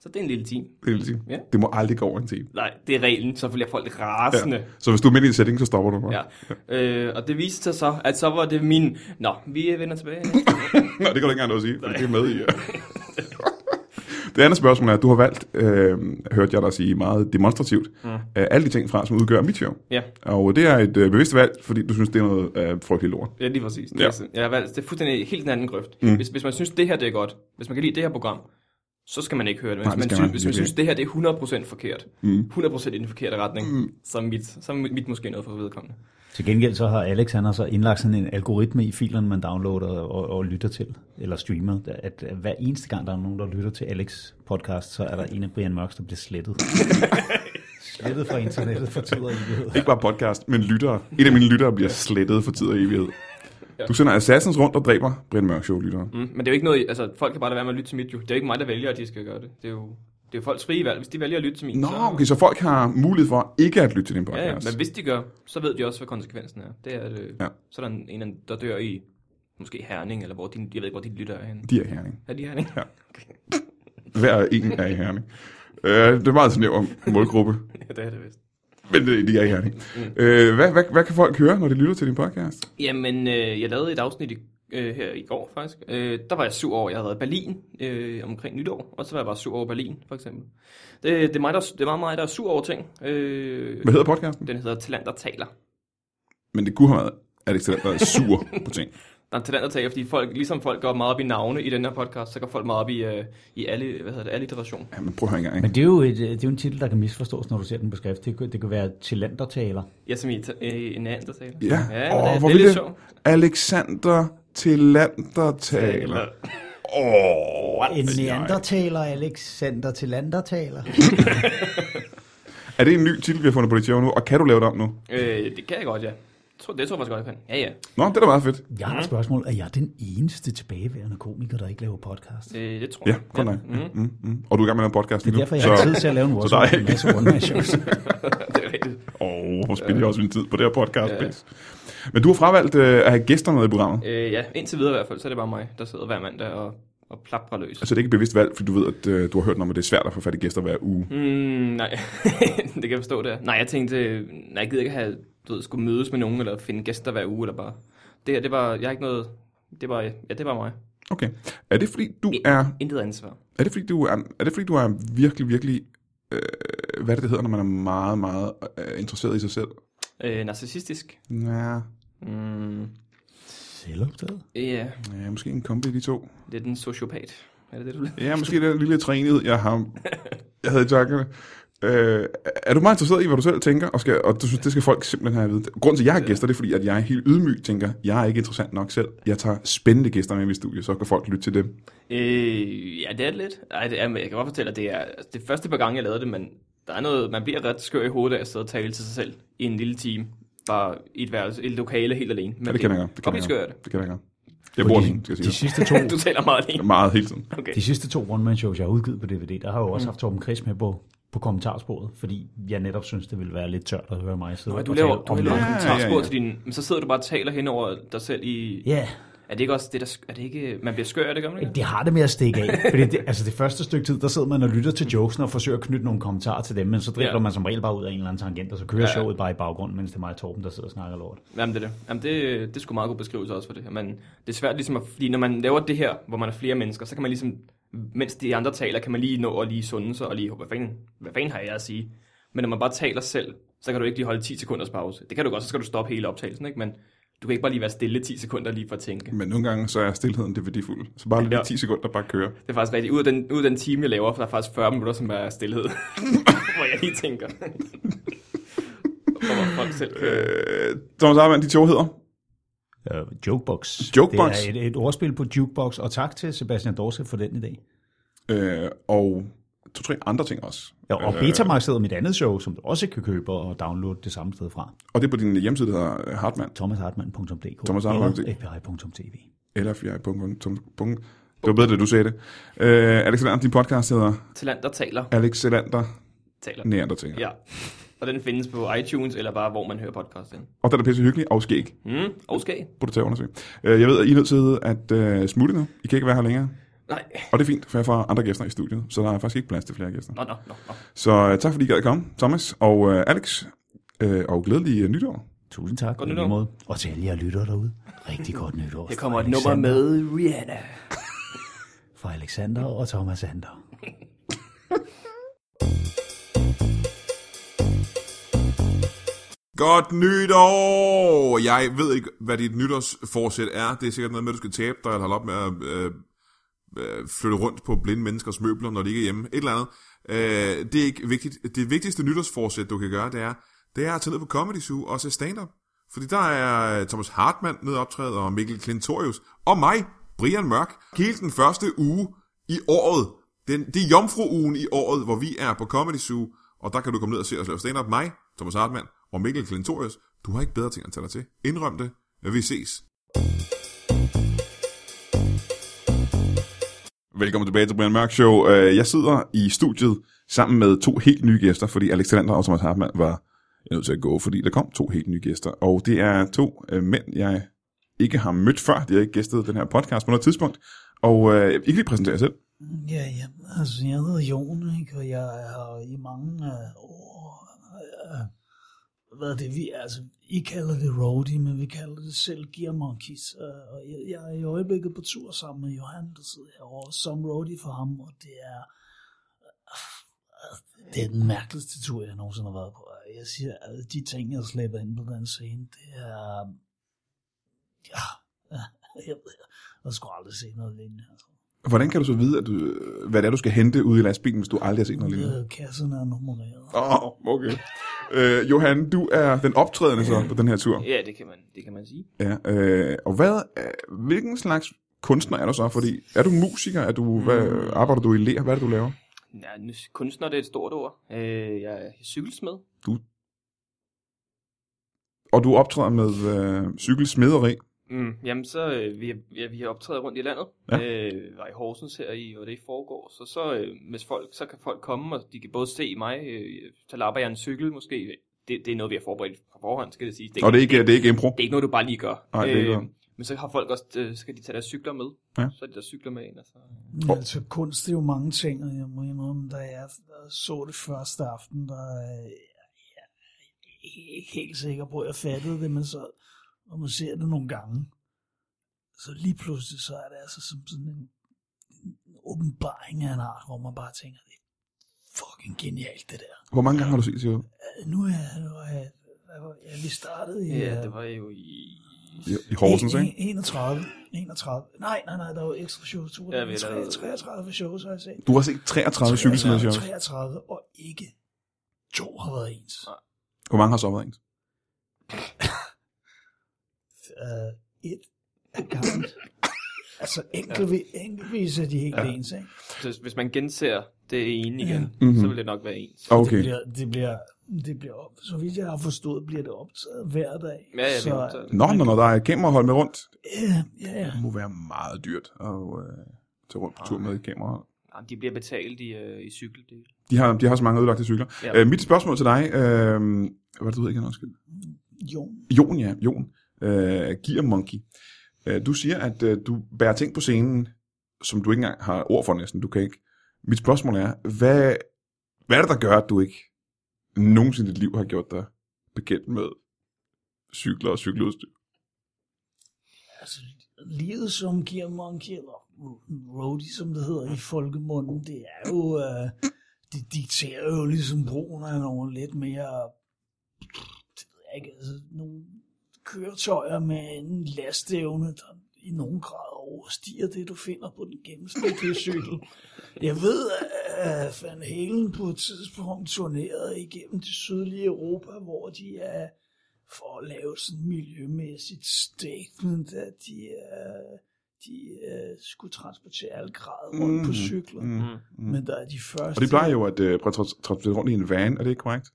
Speaker 3: Så det er en lille time.
Speaker 1: En lille time.
Speaker 3: Ja.
Speaker 1: Det må aldrig gå over en time.
Speaker 3: Nej, det er reglen, så bliver folk rasende. Ja.
Speaker 1: Så hvis du er midt i en sætning, så stopper du bare.
Speaker 3: Ja. Øh, og det viste sig så, at så var det min... Nå, vi vender tilbage.
Speaker 1: Nå, det kan du ikke engang noget at sige, for det er med i. Ja. Det andet spørgsmål er, at du har valgt, øh, hørte jeg dig sige meget demonstrativt, mm. øh, alle de ting fra, som udgør mit show.
Speaker 3: ja,
Speaker 1: Og det er et øh, bevidst valg, fordi du synes, det er noget øh, frygteligt lort.
Speaker 3: ja, lige præcis.
Speaker 1: Ja.
Speaker 3: Ja. Jeg har valgt, det er fuldstændig helt en anden grøft. Mm. Hvis, hvis man synes, det her det er godt, hvis man kan lide det her program, så skal man ikke høre det. Men
Speaker 1: Nej,
Speaker 3: hvis,
Speaker 1: det
Speaker 3: man,
Speaker 1: skal
Speaker 3: synes,
Speaker 1: man
Speaker 3: hvis man
Speaker 1: virkelig
Speaker 3: synes, det her det er 100% forkert, mm. 100% i den forkerte retning, mm. så, er mit, så er mit måske noget for vedkommende.
Speaker 2: Til gengæld så har Alex han har så indlagt sådan en algoritme i filerne, man downloader og, og lytter til, eller streamer, at hver eneste gang, der er nogen, der lytter til Alex podcast, så er der en af Brian Mørks, der bliver slettet. slettet fra internettet for tid og evighed.
Speaker 1: Ikke bare podcast, men lyttere. Et af mine lyttere bliver slettet for tid og evighed. Du sender assassins rundt og dræber Brian Mørk Show lyttere.
Speaker 3: Mm. Men det er jo ikke noget, altså folk kan bare lade være med at lytte til mit jo. Det er jo ikke mig, der vælger, at de skal gøre det. Det er jo, det er jo folks frie valg. Hvis de vælger at lytte til min,
Speaker 1: Nå,
Speaker 3: så...
Speaker 1: okay, så folk har mulighed for ikke at lytte til din
Speaker 3: Ja, ja,
Speaker 1: podcast.
Speaker 3: men hvis de gør, så ved de også, hvad konsekvensen er. Det er, at øh,
Speaker 1: Ja.
Speaker 3: ja. så er der en, en, eller anden, der dør i måske Herning, eller hvor din, jeg ved ikke, hvor de lytter er henne.
Speaker 1: De er herning.
Speaker 3: Er de Herning? Ja.
Speaker 1: Hver en er i herning. Øh, det er meget snæver målgruppe,
Speaker 3: det er det vist.
Speaker 1: men øh, de er i herning. Øh, hvad, hvad, hvad kan folk høre, når de lytter til din podcast?
Speaker 3: Jamen, øh, jeg lavede et afsnit i, øh, her i går faktisk. Øh, der var jeg syv år. Jeg havde været i Berlin øh, omkring nytår, og så var jeg bare syv år i Berlin, for eksempel. Det, det, er, mig, der, det er meget mig, der er syv over ting. Øh,
Speaker 1: Hvad hedder podcasten?
Speaker 3: den hedder Talent, der taler.
Speaker 1: Men det kunne have været Alex Talant, der er sur på ting.
Speaker 3: Der er en talent at tage, fordi folk, ligesom folk går meget op i navne i den her podcast, så går folk meget op i, øh, i alle, hvad hedder det, alliteration.
Speaker 1: Ja, men prøv at høre engang.
Speaker 2: Men
Speaker 1: Ikke?
Speaker 2: det er, jo et, det er jo en titel, der kan misforstås, når du ser den på skrift. Det, kan- det kan være talentertaler.
Speaker 3: Ja, som i ta- øh, en anden, der taler.
Speaker 1: Ja,
Speaker 3: ja
Speaker 1: Åh,
Speaker 3: oh, det,
Speaker 1: hvor
Speaker 3: det, er
Speaker 1: vildt.
Speaker 3: lidt sjovt.
Speaker 1: Alexander Tillander taler.
Speaker 3: Eller-
Speaker 1: Åh,
Speaker 2: En
Speaker 1: nej.
Speaker 2: neandertaler, Alexander talentertaler.
Speaker 1: Er det en ny titel, vi har fundet på dit show nu? Og kan du lave det om nu?
Speaker 3: Øh, det kan jeg godt, ja. Jeg Tror, det tror jeg faktisk godt, jeg kan. Ja, ja.
Speaker 1: Nå, det er da meget fedt.
Speaker 2: Jeg har et spørgsmål. Er jeg den eneste tilbageværende komiker, der ikke laver podcast? Det
Speaker 3: Det, det tror
Speaker 1: Ja,
Speaker 3: jeg.
Speaker 1: kun dig. Ja. Mm, mm. Og du er i gang med noget podcast
Speaker 2: er
Speaker 1: nu.
Speaker 2: derfor, jeg har tid til at lave en
Speaker 1: så der er
Speaker 2: workshop med en
Speaker 1: ikke-
Speaker 2: masse one-man-shows.
Speaker 3: det er rigtigt.
Speaker 1: Åh, hvor spiller jeg også min tid på det her podcast, ja. Men du har fravalgt øh, at have gæster med i programmet.
Speaker 3: Øh, ja, indtil videre i hvert fald, så er det bare mig, der sidder hver mandag og, og plaprer løs.
Speaker 1: Altså, det er ikke et bevidst valg, fordi du ved, at øh, du har hørt om, at det er svært at få fat i gæster hver uge.
Speaker 3: Mm, nej, det kan jeg forstå det. er. Nej, jeg tænkte, øh, nej, jeg gider ikke have, du ved, skulle mødes med nogen, eller finde gæster hver uge, eller bare... Det her, det var, jeg har ikke noget... Det var, ja, det er bare mig.
Speaker 1: Okay. Er det fordi, du er...
Speaker 3: Intet ansvar.
Speaker 1: Er det fordi, du er, er, det, fordi, du er virkelig, virkelig... Øh, hvad er det, det hedder, når man er meget, meget øh, interesseret i sig selv?
Speaker 3: Øh, narcissistisk.
Speaker 1: Ja,
Speaker 3: Mm,
Speaker 2: Selvoptaget?
Speaker 3: ja,
Speaker 1: ja, måske en kombi af de to.
Speaker 3: det er den sociopat. Er det det, du bliver?
Speaker 1: Ja, måske den lille træenighed, jeg har, jeg havde i tankerne. Øh, er du meget interesseret i, hvad du selv tænker, og, skal, og du synes, det skal folk simpelthen have at vide? Grunden til, at jeg har gæster, det er fordi, at jeg er helt ydmyg tænker, jeg er ikke interessant nok selv. Jeg tager spændende gæster med i mit studie, så kan folk lytte til dem.
Speaker 3: Øh, ja, det er det lidt. Ej, det er, men jeg kan godt fortælle, at det er altså, det første par gange, jeg lavede det, men der er noget, man bliver ret skør i hovedet af at sidde og tale til sig selv i en lille time. Bare i et værelse, i et lokale helt alene. Men
Speaker 1: Ja, det kan jeg godt. Det kan jeg
Speaker 3: skør
Speaker 1: godt.
Speaker 3: det.
Speaker 1: Det kan jeg godt. Jeg bor alene, skal
Speaker 2: de, de
Speaker 1: jeg sige.
Speaker 2: sidste to,
Speaker 3: Du taler meget alene.
Speaker 1: Meget hele tiden.
Speaker 3: Okay.
Speaker 2: de sidste to one-man-shows, jeg har udgivet på DVD, der har jeg jo
Speaker 1: Mm.
Speaker 2: også haft Torben Chris med på, på kommentarsporet, fordi jeg netop synes, det ville være lidt tørt at høre mig sidde
Speaker 3: Nå,
Speaker 2: og
Speaker 3: du laver,
Speaker 2: tale
Speaker 3: du
Speaker 2: om
Speaker 3: laver
Speaker 1: Ja,
Speaker 2: noget.
Speaker 3: ja, ja,
Speaker 1: ja, ja.
Speaker 3: til din... Men så sidder du bare og taler hen over dig selv i...
Speaker 2: Ja,
Speaker 3: Er det ikke også det, der... sk- Er det ikke... Man bliver skør af det, gør man ikke?
Speaker 2: det har det med at stikke af. Fordi det, altså det første stykke tid, der sidder man og lytter til jokesen og forsøger at knytte nogle kommentarer til dem, men så driller
Speaker 3: Ja.
Speaker 2: ja. man som regel bare ud af en eller anden tangent, og så kører
Speaker 3: Ja,
Speaker 2: ja.
Speaker 3: ja.
Speaker 2: showet bare i baggrunden, mens det er mig og Torben, der sidder og snakker lort.
Speaker 3: Jamen det er det. Jamen det, det er sgu meget god beskrivelse også for det her. Men det er svært ligesom at, fordi når man laver det her, hvor man er flere mennesker, så kan man ligesom, mens de andre taler, kan man lige nå at lige sunde sig og lige, hvad fanden, hvad fanden har jeg at sige? Men når man bare taler selv, så kan du ikke lige holde 10 sekunders pause. Det kan du godt, så skal du stoppe hele optagelsen, ikke? Men du kan ikke bare lige være stille 10 sekunder lige for at tænke.
Speaker 1: Men nogle gange, så er stillheden det værdifulde. Så bare lige
Speaker 3: Ja.
Speaker 1: 10 sekunder, bare køre.
Speaker 3: Det er faktisk rigtigt. Ud af den, ud af den time, jeg laver, der er faktisk 40 minutter, som er stillhed. hvor jeg lige tænker. Og hvor folk selv kører.
Speaker 1: Øh, Thomas Arvand, de to hedder.
Speaker 2: Uh, jokebox.
Speaker 1: Jokebox.
Speaker 2: Det er et, et ordspil på jukebox, og tak til Sebastian Dorset for den i dag.
Speaker 1: Øh, og to-tre andre ting også.
Speaker 2: Ja, og Betamax hedder mit andet show, som du også kan købe og downloade det samme sted fra.
Speaker 1: Og det er på din hjemmeside, der hedder øh, Hartmann.
Speaker 2: thomashartmann.dk
Speaker 1: thomashartmann.dk.
Speaker 2: eller fbi.tv.
Speaker 1: Eller fjerde punkt, punkt, punkt. Det var bedre, det du sagde det. Øh, Alex Selander, din podcast hedder
Speaker 3: Talent, der taler.
Speaker 1: Alex Selander
Speaker 3: taler.
Speaker 1: Neandertaler. Ja.
Speaker 3: Ja. Og den findes på iTunes, eller bare hvor man hører podcasten.
Speaker 1: Og den er pisse hyggelig, og skæg,
Speaker 3: Mm, okay.
Speaker 1: burde du tage og undersøge. Øh, jeg ved, at I er nødt til at øh, smutte nu. I kan ikke være her længere.
Speaker 3: Nej.
Speaker 1: Og det er fint, for jeg får andre gæster i studiet, så der er faktisk ikke plads til flere gæster.
Speaker 3: Nå, nå, nå. nå.
Speaker 1: Så øh, tak fordi I gad at komme, Thomas og øh, Alex. Øh, og glædelig øh, nytår.
Speaker 2: Tusind tak.
Speaker 3: Godt
Speaker 2: i lige
Speaker 3: nytår.
Speaker 2: måde. Og til alle jer lyttere derude, rigtig godt nytår.
Speaker 3: Der kommer et
Speaker 2: fra
Speaker 3: nummer
Speaker 2: Alexander-
Speaker 3: med Rihanna.
Speaker 2: Fra Alexander og Thomas Sander.
Speaker 1: Godt nytår! Jeg ved ikke, hvad dit nytårsforsæt er. Det er sikkert noget med, at du skal tabe dig, eller holde op med at øh,
Speaker 4: øh, flytte rundt på blinde menneskers møbler, når de ikke er hjemme, et eller andet. Øh, det er ikke vigtigt. Det vigtigste nytårsforsæt, du kan gøre, det er, det er at tage ned på Comedy Zoo og se stand-up. Fordi der er øh, Thomas Hartmann nede optræde, og Mikkel Klintorius, og mig, Brian Mørk, hele den første uge i året. Den, det er jomfru-ugen i året, hvor vi er på Comedy Zoo, og der kan du komme ned og se os lave stand-up. Mig, Thomas Hartmann og Mikkel Klintorius. Du har ikke bedre ting at tage dig til. Indrøm det. Vi ses.
Speaker 1: Velkommen tilbage til Brian Mørk Show. Øh, Jeg sidder i studiet sammen med to helt nye gæster, fordi Alex Talander og Thomas Hartmann var jeg er nødt til at gå, fordi der kom to helt nye gæster. Og det er to øh, mænd, jeg ikke har mødt før. De har ikke gæstet den her podcast på noget tidspunkt. Og øh, jeg vil ikke lige præsentere jer selv.
Speaker 5: Ja, ja, altså jeg hedder Jon, ikke? og jeg har i mange øh, år, øh, hvad er det vi, altså I kalder det roadie, men vi kalder det selv Gear Monkeys, øh, og jeg, jeg er i øjeblikket på tur sammen med Johan, der sidder herovre, som roadie for ham, og det er, øh, det er den mærkeligste tur, jeg nogensinde har været på. Jeg siger, at de ting, jeg slæber ind på den scene, det er, ja, jeg ved, jeg har sgu aldrig set noget lignende, altså.
Speaker 1: Hvordan kan du så vide, at du, øh, hvad det er, du skal hente ude i lastbilen, hvis du aldrig har set noget lignende?
Speaker 5: Øh, Kasserne er nummereret.
Speaker 1: Åh, oh, okay. Øh, Johan, du er den optrædende så på den her tur.
Speaker 3: Ja, det kan man, det kan man sige.
Speaker 1: Ja, øh, og hvad, øh, hvilken slags kunstner er du så? Fordi er du musiker? Er du,
Speaker 3: Mm.
Speaker 1: hvad, arbejder du i lær? Hvad er det, du laver?
Speaker 3: Ja, nu- kunstner det er et stort ord. Øh, jeg er cykelsmed.
Speaker 1: Og du optræder med øh, cykelsmederi.
Speaker 3: Mm, jamen, så øh, vi, har- ja, vi har optrædet rundt i landet.
Speaker 1: Ja.
Speaker 3: Ja. Øh, var i Horsens her i, hvor det foregår. Så, så øh, hvis folk, så kan folk komme, og de kan både se mig, øh, så lapper jeg en cykel måske. Det, det er noget, vi har forberedt på forhånd, skal det sige. Det,
Speaker 1: Og det er ikke, det er ikke impro.
Speaker 3: det er ikke noget, du bare lige gør. Øh,
Speaker 1: Nej, det er ikke noget.
Speaker 3: men så har folk også, øh, så skal de tage deres cykler med.
Speaker 1: Ja.
Speaker 3: Så er de der cykler med ind. Og så,
Speaker 1: Og-
Speaker 5: Oh. Altså kunst det er jo mange ting, og jeg må indrømme, da jeg så det første aften, der øh, jeg er ikke helt sikker på, at jeg fattede det, men så, når man ser det nogle gange, så lige pludselig, så er det altså som sådan en, en åbenbaring af en art, hvor man bare tænker, det er fucking genialt det der.
Speaker 1: Hvor mange gange har du set det?
Speaker 5: Øh, Nu er jeg, nu er jeg hvad var- ja, vi startede i...
Speaker 3: ja,
Speaker 5: øh,
Speaker 3: det var jo i...
Speaker 1: I, i Horsens, ikke?
Speaker 5: 31, 31. Nej, nej, nej, der var ekstra shows.
Speaker 3: Ja, vi har
Speaker 5: 32,
Speaker 3: lavet-
Speaker 5: 33 shows har jeg set.
Speaker 1: Du har set 33 cykelsmederi.
Speaker 5: 33, og ikke to har været ens.
Speaker 1: Hvor mange har så været ens?
Speaker 5: Uh, et er gammelt. altså enkeltvis, enkeltvis er de helt ja. ens, ikke?
Speaker 3: Så hvis man genser det ene igen,
Speaker 1: Ja. Mhm.
Speaker 3: så vil det nok være ens.
Speaker 5: Det,
Speaker 1: Okay.
Speaker 5: bliver, det, bliver, det bliver op, så vidt jeg har forstået, bliver det optaget hver dag.
Speaker 3: Ja, ja, vi
Speaker 5: så,
Speaker 3: har optaget det.
Speaker 1: Nå, når, når der er kamera at holde med rundt,
Speaker 5: øh, ja, ja.
Speaker 1: det må være meget dyrt at øh, tage rundt på tur med et kamera.
Speaker 3: Jamen, de bliver betalt i, øh, i cykeldel.
Speaker 1: De har, de har så mange ødelagte cykler.
Speaker 3: Ja.
Speaker 1: Øh, mit spørgsmål til dig, øh, hvad er det, du hedder igen, undskyld?
Speaker 5: Jo,
Speaker 1: Jon, ja, Jon. Øh, Gear Monkey. Øh, du siger, at øh, du bærer ting på scenen, som du ikke engang har ord for næsten. Du kan ikke. Mit spørgsmål er, hvad, hvad er det, der gør, at du ikke nogensinde i dit liv har gjort dig bekendt med cykler og cykeludstyr?
Speaker 5: altså, livet som Gear Monkey, eller roadie, som det hedder i folkemunden, det er jo, øh, det dikterer jo ligesom brugen af nogle lidt mere, det ved jeg ikke, altså, nogle køretøjer med en lastevne, der i nogen grad overstiger det, du finder på den gennemsnitlige cykel. Jeg ved, at Van Halen på et tidspunkt turnerede igennem det sydlige Europa, hvor de er for at lave sådan et miljømæssigt statement, at de, øh, de øh, skulle transportere alle grader rundt mm, på cykler. Mm,
Speaker 1: Mm.
Speaker 5: Men altså- der er de første...
Speaker 1: Mm-hmm. Og det plejer jo at øh, prøve at trans- transportere rundt i en van, er det ikke korrekt?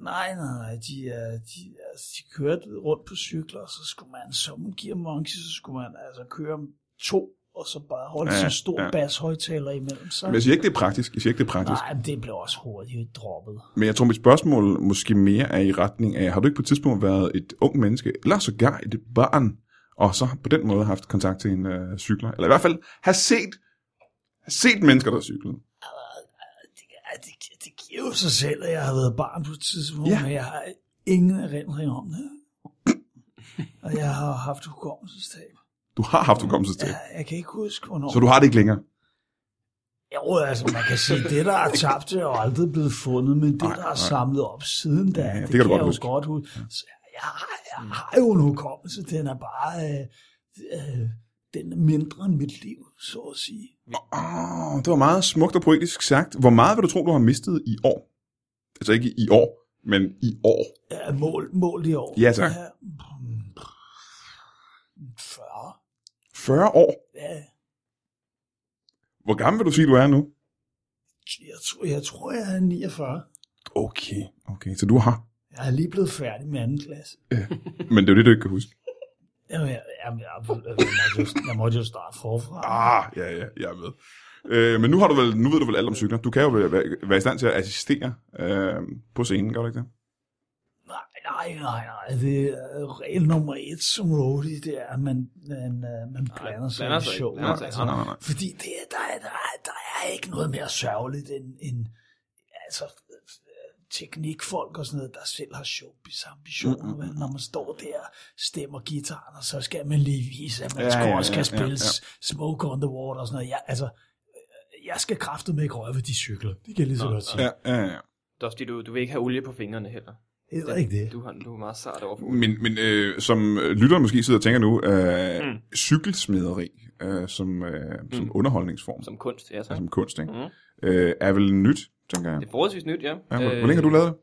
Speaker 5: Nej, nej, nej. De, øh, de, altså, de kørte rundt på cykler, og så skulle man som Gear Monkey, så skulle man altså køre to, og så bare holde
Speaker 1: Ja,
Speaker 5: ja, så stor
Speaker 1: ja.
Speaker 5: ja. bashøjtaler imellem sig.
Speaker 1: Men jeg siger ikke, det er praktisk. Jeg siger ikke, det er praktisk.
Speaker 5: Nej, men det blev også hurtigt droppet.
Speaker 1: Men jeg tror, mit spørgsmål måske mere er i retning af, har du ikke på et tidspunkt været et ung menneske, eller sågar et barn, og så på den måde haft kontakt til en øh, cykler? Eller i hvert fald har set, har set mennesker, der cyklede.
Speaker 5: Ja, det, gi- det giver jo sig selv, at jeg har været barn på et tidspunkt,
Speaker 1: Ja.
Speaker 5: ja. men jeg har ingen erindring om det. og jeg har haft hukommelsestab.
Speaker 1: Du har haft hukommelsestab,
Speaker 5: Ja, jeg kan ikke huske, hvornår.
Speaker 1: så du har det ikke længere.
Speaker 5: Jo, altså man kan sige, det der er tabt, det er jo aldrig blevet fundet, men det
Speaker 1: Nej,
Speaker 5: der
Speaker 1: nej.
Speaker 5: er samlet op siden da,
Speaker 1: Ja, det
Speaker 5: det, det
Speaker 1: kan
Speaker 5: kan,
Speaker 1: du godt
Speaker 5: jeg
Speaker 1: huske.
Speaker 5: jo godt huske. Så jeg, har, jeg har jo en hukommelse, den er bare øh, øh, den er mindre end mit liv, så at sige.
Speaker 1: Åh, Ah, det var meget smukt og poetisk sagt. Hvor meget vil du tro, du har mistet i år? Altså ikke i år, men i år.
Speaker 5: Ja, mål, mål i år.
Speaker 1: Ja, tak.
Speaker 5: 40.
Speaker 1: 40 år?
Speaker 5: Ja,
Speaker 1: Hvor gammel vil du sige, du er nu?
Speaker 5: jeg tror, jeg, tror, jeg er 49.
Speaker 1: Okay, okay. Så du har.
Speaker 5: Jeg er lige blevet færdig med anden klasse.
Speaker 1: Men det er jo det, du ikke kan huske.
Speaker 5: Jamen, jeg, jamen, jeg, jeg, jeg, måtte jo, jeg måtte jo starte forfra.
Speaker 1: Ah, ja, ja, jeg er med. Øh, men nu, har du vel, nu ved du vel alt om cykler. Du kan jo være, være i stand til at assistere øh, på scenen, gør du ikke det?
Speaker 5: Nej, nej, nej, nej. Det er regel nummer et som roadie, det er, at man, man, øh, man blander sig
Speaker 3: blander
Speaker 5: i
Speaker 3: sig ikke,
Speaker 5: showet.
Speaker 3: blander sig ikke.
Speaker 5: Altså,
Speaker 1: Nej, nej, nej.
Speaker 5: fordi det, er- der, er, der, er, der er ikke noget mere sørgeligt end, end altså, øh, teknikfolk og sådan noget, der selv har showbiz-ambitioner. Mm, mm, Når man står der stemmer gitaren, og så skal man lige vise, at man
Speaker 1: Ja,
Speaker 5: ja,
Speaker 1: ja,
Speaker 5: også
Speaker 1: ja,
Speaker 5: kan
Speaker 1: ja,
Speaker 5: spille ja,
Speaker 1: ja.
Speaker 5: Smoke on the Water og sådan noget. Jeg, altså, øh, jeg skal kraftet med ikke røre ved de cykler. Det kan jeg lige så
Speaker 3: Nå,
Speaker 5: godt sige.
Speaker 1: Ja, ja, ja.
Speaker 3: Det er også fordi, du, du vil ikke have olie på fingrene heller.
Speaker 5: Heller ikke det.
Speaker 3: Du, har, du er meget sart over for olie.
Speaker 1: Men, men øh, som øh, lytteren måske sidder og tænker nu, øh, mm. cykelsmederi øh, som, øh, som mm. underholdningsform, som,
Speaker 3: Som kunst, ja
Speaker 1: ja,
Speaker 3: tak.
Speaker 1: som kunst, ikke?
Speaker 3: Mhm.
Speaker 1: Mm. Øh, er vel nyt, tænker jeg.
Speaker 3: Det er forholdsvis nyt, ja.
Speaker 1: Ja, hvor, øh, hvor længe har du lavet det?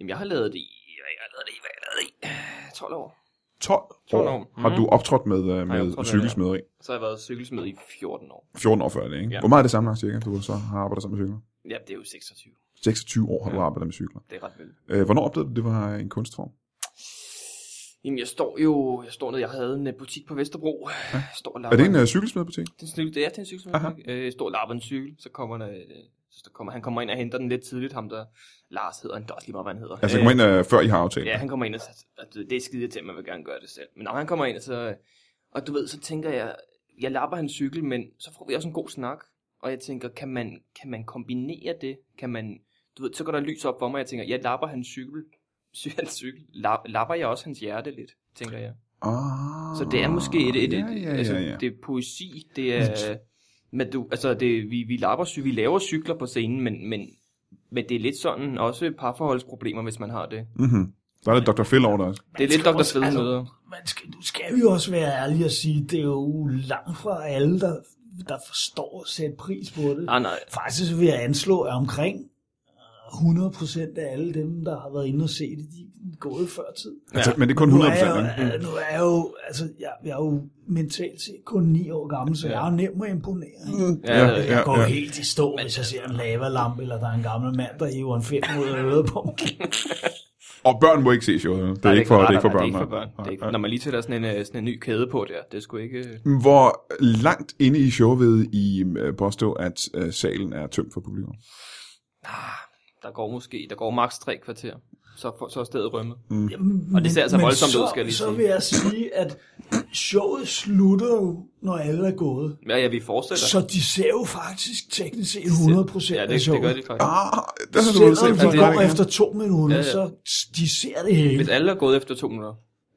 Speaker 3: Jamen, jeg har lavet det i, hvad jeg har lavet det i, hvad jeg har lavet det i, Øh, 12 år.
Speaker 1: 12
Speaker 3: 12
Speaker 1: år
Speaker 3: år.
Speaker 1: har
Speaker 3: Mhm.
Speaker 1: du optrådt med, øh,
Speaker 3: jeg optrådt
Speaker 1: med
Speaker 3: med
Speaker 1: cykelsmederi.
Speaker 3: Så har jeg været cykelsmed i 14 år.
Speaker 1: 14 år før det, ikke? Ja.
Speaker 3: Ja.
Speaker 1: Hvor meget er det samlet cirka, du så har arbejdet sammen med cykler?
Speaker 3: Ja, det er jo 26.
Speaker 1: 26 år har du
Speaker 3: Ja.
Speaker 1: arbejdet med cykler.
Speaker 3: Det er ret vildt.
Speaker 1: Øh, hvornår opdagede du, det var en kunstform?
Speaker 3: Jamen, jeg står jo, jeg står nede, jeg havde en øh, butik på Vesterbro. Ja. Står og
Speaker 1: Er det en
Speaker 3: lapper-
Speaker 1: øh, cykelsmedbutik?
Speaker 3: Det er en cykel, det er til en cykel,
Speaker 1: Aha.
Speaker 3: øh, jeg står og lapper en cykel, så kommer, der, øh, så der kommer, han kommer ind og henter den lidt tidligt, ham der, Lars hedder han, det er også lige meget, hvad han hedder.
Speaker 1: Altså, jeg kommer ind, øh, før I har aftalt.
Speaker 3: Ja,
Speaker 1: Ja.
Speaker 3: han kommer ind og så- at det er skide til, at man vil gerne gøre det selv. Men når han kommer ind, og så, og du ved, så tænker jeg, jeg lapper hans cykel, men så får vi også en god snak. Og jeg tænker, kan man, kan man kombinere det? Kan man, du ved, så går der lys op for mig, og jeg tænker, jeg lapper hans cykel, sy- hans cykel, lap, lapper jeg også hans hjerte lidt, tænker jeg.
Speaker 1: Ah,
Speaker 3: Så det er måske et, et, et
Speaker 1: ja, ja,
Speaker 3: altså,
Speaker 1: ja, ja.
Speaker 3: det er poesi, det er, men du, altså, det, vi, vi, lapper, cy- vi laver cykler på scenen, men, men, men det er lidt sådan også parforholdsproblemer, hvis man har det.
Speaker 1: Mm-hmm. Der er lidt Dr. Phil over der også.
Speaker 3: Det er lidt
Speaker 5: skal
Speaker 3: Dr.
Speaker 5: også-
Speaker 3: Sveden
Speaker 5: altså,
Speaker 3: møder.
Speaker 5: man skal, nu skal vi jo også være ærlige og sige, det er jo langt fra alle, der, der forstår at sætte pris på det.
Speaker 3: Ah, Nej, nej.
Speaker 5: Faktisk vil jeg anslå, at omkring øh, 100% af alle dem, der har været inde og se det, de er gået før tid.
Speaker 1: Altså, men det er kun
Speaker 5: Nu
Speaker 1: 100
Speaker 5: er jeg,
Speaker 1: ikke?
Speaker 5: jo, øh, nu er jeg jo, altså, jeg, jeg er jo mentalt set kun 9 år gammel, så jeg er jo nem at imponere. Ikke?
Speaker 3: Ja, ja,
Speaker 5: Jeg går helt i stå, hvis jeg ser en lavalampe, eller der er en gammel mand, der hiver en fem ud af øret på mig.
Speaker 1: Og børn må ikke se showet. Det er,
Speaker 3: Nej,
Speaker 1: ikke for, det er
Speaker 3: nej,
Speaker 1: ikke for
Speaker 3: nej,
Speaker 1: børn.
Speaker 3: Det er ikke for
Speaker 1: nej.
Speaker 3: børn. Det er ikke,
Speaker 1: Nej,
Speaker 3: når man lige sætter sådan en, øh, sådan en ny kæde på der, det skulle ikke... øh,
Speaker 1: nej. Hvor langt inde i showet vil I øh, påstå, at øh, salen er tømt for publikum? Ah,
Speaker 3: Der går måske, der går maks tre kvarter, så, for, så er stedet rømmet.
Speaker 1: Mm.
Speaker 5: Jamen,
Speaker 3: Og det ser altså
Speaker 5: men- men
Speaker 3: voldsomt
Speaker 5: så,
Speaker 3: ud, skal jeg lige
Speaker 5: så
Speaker 3: sige.
Speaker 5: vil jeg sige, at showet slutter jo, når alle er gået.
Speaker 3: Ja, ja, vi fortsætter.
Speaker 5: Så de ser jo faktisk teknisk set 100%
Speaker 3: ja, det,
Speaker 5: af
Speaker 3: det
Speaker 5: showet.
Speaker 3: gør de faktisk.
Speaker 1: Ah, det har du vel set.
Speaker 5: Selvom
Speaker 1: for
Speaker 5: de
Speaker 3: det er
Speaker 1: dig,
Speaker 5: går
Speaker 1: ikke?
Speaker 5: efter to minutter,
Speaker 3: Ja, ja.
Speaker 5: så de ser det hele.
Speaker 3: Hvis alle er gået efter to minutter.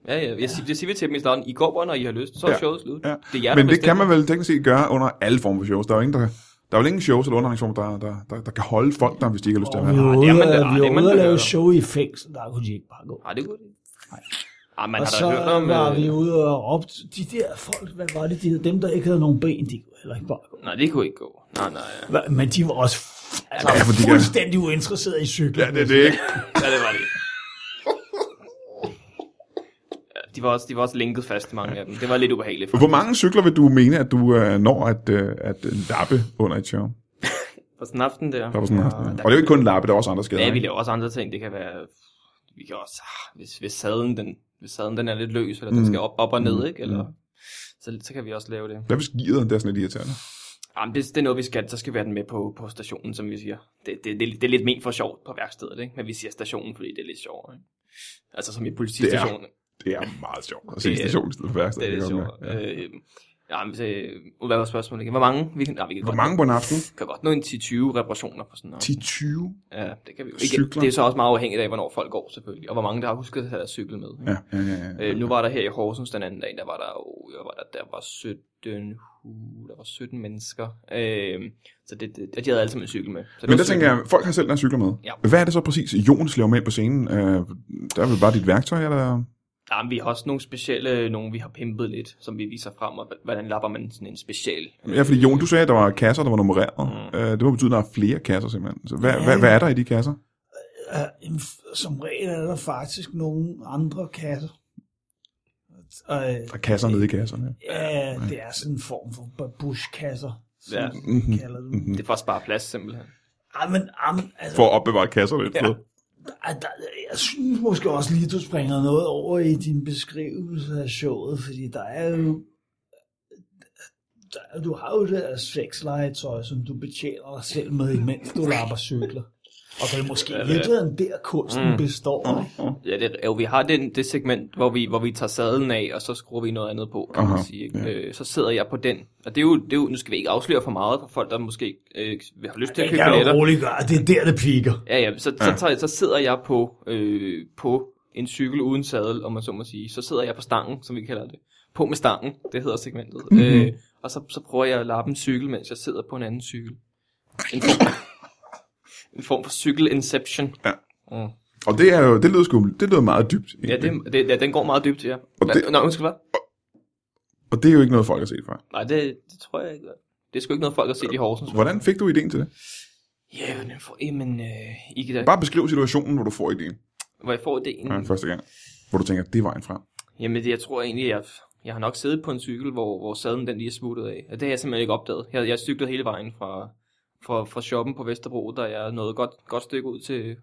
Speaker 3: Ja, ja, jeg, siger- det siger vi til dem i starten. I går bare, når I har lyst, så er
Speaker 1: Ja,
Speaker 3: showet slut.
Speaker 1: Ja.
Speaker 3: Det er
Speaker 1: Men det
Speaker 3: jer, der
Speaker 1: kan
Speaker 3: bestemmer.
Speaker 1: man vel teknisk set gøre under alle former for shows. Der er jo ingen, der, der er vel ingen shows eller underholdningsformer, der, der, der, der kan holde folk der, hvis de ikke har lyst til at
Speaker 5: Og
Speaker 1: være
Speaker 5: vi
Speaker 1: der.
Speaker 5: var
Speaker 3: det er man da-
Speaker 5: ude
Speaker 3: ah,
Speaker 5: at- vi
Speaker 3: det er
Speaker 5: var
Speaker 3: man
Speaker 5: ude
Speaker 3: da
Speaker 5: at lave
Speaker 3: gør.
Speaker 5: show i fængsel, der kunne de ikke bare gå.
Speaker 3: Nej, det kunne de ikke. Ej, man
Speaker 5: Og
Speaker 3: har da
Speaker 5: så
Speaker 3: hørt om...
Speaker 5: var
Speaker 3: øh,
Speaker 5: vi ude og råbte, de der folk, hvad var det, de hed? dem der ikke havde nogen ben, de kunne heller ikke bare gå.
Speaker 3: Nej, det kunne ikke gå. Nej, nej. ja.
Speaker 5: Hva- Men de var også f- altså,
Speaker 1: Ja, for de kan-
Speaker 5: fuldstændig uinteresserede i cykler.
Speaker 1: Ja, det er det ikke.
Speaker 3: Ja, det var det. Ja, de var, også, de var også linket fast, mange af dem. Det var lidt ubehageligt.
Speaker 1: Hvor mange cykler vil du mene, at du øh, når at, øh, at øh, lappe under et show?
Speaker 3: For sådan en aften der.
Speaker 1: Der var sådan en aften. Og det er jo ikke kun lappe, der er også andre skader.
Speaker 3: Ja, vi
Speaker 1: ikke?
Speaker 3: laver også andre ting. Det kan være, vi kan også, ah, hvis, hvis, sadlen, den, hvis sadlen den er lidt løs, eller
Speaker 1: Mm.
Speaker 3: den skal op, op og ned, ikke? Eller, så, så kan vi også lave det.
Speaker 1: Hvad hvis gearet, det er sådan lidt irriterende?
Speaker 3: Jamen, det, det er noget, vi skal. Så skal vi have den med på, på stationen, som vi siger. Det, det, det, det er lidt ment for sjovt på værkstedet, ikke? Men vi siger stationen, fordi det er lidt sjovt, ikke? Altså som i politistationen.
Speaker 1: Det er meget sjovt at se
Speaker 3: Det er-
Speaker 1: stationen i stedet for værksted.
Speaker 3: Det er lidt sjovt.
Speaker 1: Ja.
Speaker 3: Øh, jamen, så, øh, hvad var spørgsmålet igen? Hvor mange? Vi kan, nej, vi kan
Speaker 1: Hvor
Speaker 3: godt,
Speaker 1: mange på en aften?
Speaker 3: kan godt nå en 10-20 reparationer på sådan noget.
Speaker 1: 10-20?
Speaker 3: Ja, det kan vi jo ikke.
Speaker 1: Cykler.
Speaker 3: Det er så også meget afhængigt af, hvornår folk går selvfølgelig, og hvor mange der har husket at have deres cykel med. Ikke?
Speaker 1: Ja, ja, ja. ja.
Speaker 3: Øh, nu var der her i Horsens den anden dag, der var der jo, hvad var der, der var 17, hu- der var 17 mennesker. Øh, så det, det, og de havde alle sammen en cykel med. Så det
Speaker 1: Men
Speaker 3: var
Speaker 1: der tænker jeg, folk har selv deres cykler med.
Speaker 3: Ja.
Speaker 1: Hvad er det så præcis, Jon slæver med på scenen? Øh, der er vel bare dit værktøj, eller?
Speaker 3: Ja, men vi har også nogle specielle, nogle vi har pimpet lidt, som vi viser frem, og h- hvordan lapper man sådan en special.
Speaker 1: Ja, fordi Jon, du sagde, at der var kasser, der var nummereret. Mm. Øh, det må betyde, at der er flere kasser simpelthen. Så hvad,
Speaker 5: Ja,
Speaker 1: hvad,
Speaker 5: ja.
Speaker 1: hvad er der i de kasser?
Speaker 5: Ja, jamen, f- som regel er der faktisk nogle andre kasser. Og, øh,
Speaker 1: Der er kasser nede i kasserne. ja.
Speaker 5: ja, det er sådan en form for babushkasser, som
Speaker 3: Ja.
Speaker 5: ja.
Speaker 1: Mhm.
Speaker 5: mm-hmm. kalder det. Mm-hmm.
Speaker 3: Det er for at spare plads, simpelthen.
Speaker 5: Ej, men, ej, men altså,
Speaker 1: For at opbevare kasserne et sted.
Speaker 5: Ej, der, jeg synes måske også lige, du springer noget over i din beskrivelse af showet, fordi der er jo... Der, du har jo det her sexlegetøj, som du betjener dig selv med, imens du lapper cykler. Og det er måske
Speaker 3: Ja,
Speaker 5: i
Speaker 3: det er-
Speaker 5: virkeligheden der kunsten mm. består. Ikke?
Speaker 3: Ja, det, jo, vi har den, det segment, hvor vi, hvor vi tager sadlen af, og så skruer vi noget andet på, kan
Speaker 1: Aha,
Speaker 3: man sige.
Speaker 1: ja.
Speaker 3: Ja. Øh, så sidder jeg på den. Og det er, jo, det er jo, nu skal vi ikke afsløre for meget for folk, der måske øh, har lyst til at
Speaker 5: Det
Speaker 3: købe
Speaker 5: kan
Speaker 3: billetter.
Speaker 5: du roligt gøre. Det er der, det piker.
Speaker 3: Ja, ja, så, ja. Så, tager, jeg- så sidder jeg på, øh, på en cykel uden sadel, om man så må sige. Så sidder jeg på stangen, som vi kalder det. På med stangen, det hedder segmentet.
Speaker 1: Mhm.
Speaker 3: Mm-hmm. Øh, og så, så prøver jeg at lappe en cykel, mens jeg sidder på en anden cykel. En form, en form for cykelinception.
Speaker 1: Ja.
Speaker 3: Mm.
Speaker 1: Og det, er jo, det, lyder sgu, det lyder meget dybt.
Speaker 3: Ja,
Speaker 1: egentlig.
Speaker 3: det, det, ja, den går meget dybt, ja. Hva,
Speaker 1: det-
Speaker 3: det... Nå, undskyld, hvad?
Speaker 1: Og det er jo ikke noget, folk har set før.
Speaker 3: Nej, det, det tror jeg ikke. Det er sgu ikke noget, folk har set i Horsens.
Speaker 1: Hvordan fik du ideen til det?
Speaker 3: Ja, men, for, jamen, øh, I kan da,
Speaker 1: Bare beskriv situationen, hvor du får ideen
Speaker 3: hvor jeg får idéen.
Speaker 1: ja, første gang. Hvor du tænker, det er vejen frem.
Speaker 3: Jamen, det, jeg tror egentlig, jeg, jeg har nok siddet på en cykel, hvor, hvor sadlen den lige er smuttet af. Og det har jeg simpelthen ikke opdaget. Jeg, jeg cyklede hele vejen fra, fra, fra shoppen på Vesterbro, der jeg nåede godt, godt stykke ud til...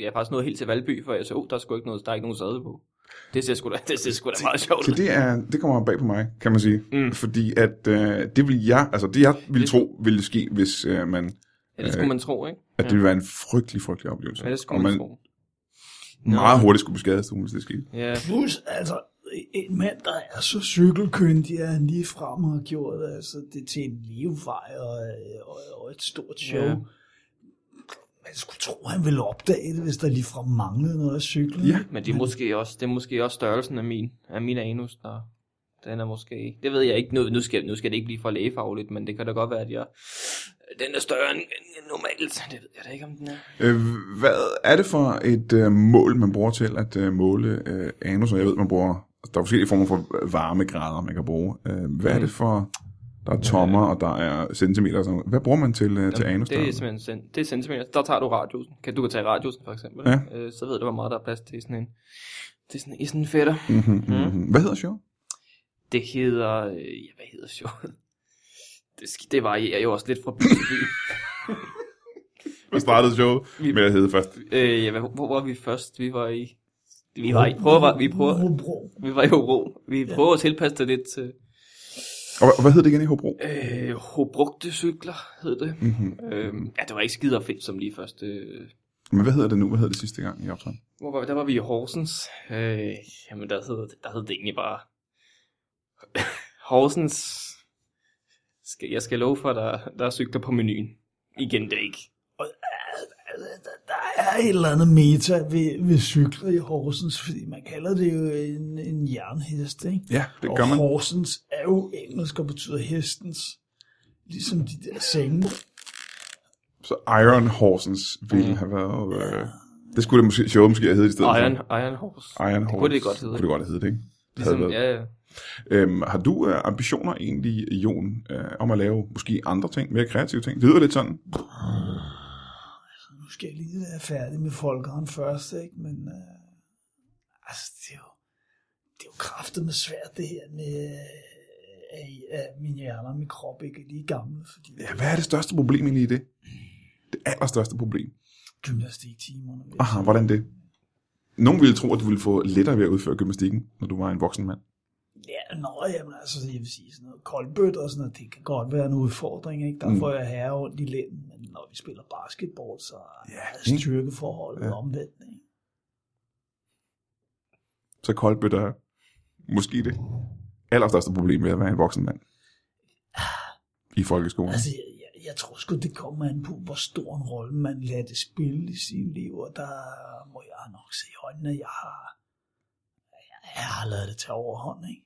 Speaker 3: Jeg er faktisk nået helt til Valby, for jeg så, oh, der er sgu ikke noget, der er ikke nogen sadel på. Det ser sgu da, det ser sgu da meget sjovt
Speaker 1: Så
Speaker 3: ud.
Speaker 1: det, er, det kommer bag på mig, kan man sige.
Speaker 3: Mm.
Speaker 1: Fordi at øh, det vil jeg, altså det jeg ville
Speaker 3: Det-
Speaker 1: tro, ville ske, hvis øh, man,
Speaker 3: Ja, det skulle man tro, ikke?
Speaker 1: at det ville være en frygtelig, frygtelig oplevelse.
Speaker 3: Ja, det skulle
Speaker 1: og
Speaker 3: man
Speaker 1: man
Speaker 3: tro.
Speaker 1: meget hurtigt skulle beskade sig, hvis det skete.
Speaker 3: Ja,
Speaker 5: Plus, altså, en mand, der er så cykelkyndig, at han lige frem har gjort altså, det til en levevej og, og, og et stort show.
Speaker 3: Ja.
Speaker 5: Ja. Man skulle tro, han ville opdage det, hvis der lige fra manglede noget af cyklen.
Speaker 1: Ja.
Speaker 3: men det er måske også, det er måske også størrelsen af min, af min anus, der, den er måske, det ved jeg ikke, nu, nu, skal, nu skal det ikke blive for lægefagligt, men det kan da godt være, at jeg, den er større end, end normalt, det ved jeg da ikke, om den er.
Speaker 1: Øh, hvad er det for et øh, mål, man bruger til at øh, måle øh, anus? Og jeg ved, man bruger, altså, der er forskellige former for varmegrader, man kan bruge. Øh, hvad er
Speaker 3: Mm.
Speaker 1: det for, der er tommer, og der er centimeter og sådan noget. Hvad bruger man til, øh, til anus?
Speaker 3: Det er simpelthen cent- det er centimeter. Der tager du radiusen. Kan, du kan tage radiusen for eksempel.
Speaker 1: Ja.
Speaker 3: Øh, så ved du, hvor meget der er plads til i sådan en, til sådan, i sådan en fætter.
Speaker 1: mm-hmm, mm-hmm. Hvad hedder showet?
Speaker 3: Det hedder... Øh, ja, hvad hedder showet? Det, sk- det varierer jo også lidt fra by til by.
Speaker 1: Vi startede showet med at hedde først
Speaker 3: øh, ja, hvad- hvor, hvor var vi først? Vi var i... Vi var i... Prøver, vi, prøver,
Speaker 5: Hobro.
Speaker 3: vi var i Hobro. Vi prøver at tilpasse det lidt til...
Speaker 1: Og hvad- hvad hed det igen i Hobro? Mhm.
Speaker 3: Øh, Hobrugte cykler hed det. Mm-hmm. Øh, ja, det var ikke skider fedt som lige først... Øh,
Speaker 1: Men hvad hedder det nu? Hvad hed det sidste gang i optræden?
Speaker 3: Hvor var vi? Der var vi i Horsens. Øh, jamen, der hed, der hed det egentlig bare... Horsens... Skal, jeg skal love for, at der, der er cykler på menuen. Igen, det er ikke.
Speaker 5: Altså, der- der er et eller andet meta ved, ved cykler i Horsens, fordi man kalder det jo en, en jernhest, ikke?
Speaker 1: Ja, det gør
Speaker 5: og
Speaker 1: man.
Speaker 5: Horsens er jo engelsk og betyder hestens, ligesom de der senge.
Speaker 1: Så Iron Horsens ville have været... Øh, det skulle det måske, showet måske have heddet i stedet. for.
Speaker 3: Mm. Iron, Iron Horse.
Speaker 1: Iron Horse.
Speaker 3: det kunne det godt hedde.
Speaker 1: Kunne det godt have heddet, ikke? Det havde
Speaker 3: Ligesom,
Speaker 1: været.
Speaker 3: ja, ja.
Speaker 1: Øhm, har du øh, ambitioner egentlig, Jon, øh, om at lave måske andre ting, mere kreative ting? Det lyder lidt sådan.
Speaker 5: Nu skal jeg lige være færdig med folkeren først, ikke? Men øh, altså, det er jo, det er jo kraftet med svært, det her med, øh, at, at min hjerne og min krop ikke er lige gamle, fordi
Speaker 1: Ja, hvad er det største problem egentlig i det? Det allerstørste problem.
Speaker 5: gymnastiktimerne... vil jeg
Speaker 1: Aha, hvordan det? Nogen ville tro, at du ville få lettere ved at udføre gymnastikken, når du var en voksen mand.
Speaker 5: Ja, nå, jamen, altså, jeg vil sige, sådan noget koldbødt og sådan noget, det kan godt være en udfordring, ikke? Der
Speaker 1: Mm.
Speaker 5: får jeg herre ondt i lænden, men når vi spiller basketball, så
Speaker 1: Ja,
Speaker 5: er
Speaker 1: ikke?
Speaker 5: styrkeforholdet
Speaker 1: Ja.
Speaker 5: ja. omvendt, ikke?
Speaker 1: Så koldbøtter er måske det allerstørste problem ved at være en voksen mand. I folkeskolen.
Speaker 5: Altså, jeg, jeg, jeg tror sgu, det kommer an på, hvor stor en rolle man lader det spille i sin liv, og der må jeg nok se i øjnene, at jeg har, jeg, jeg har lavet det tage overhånd, ikke?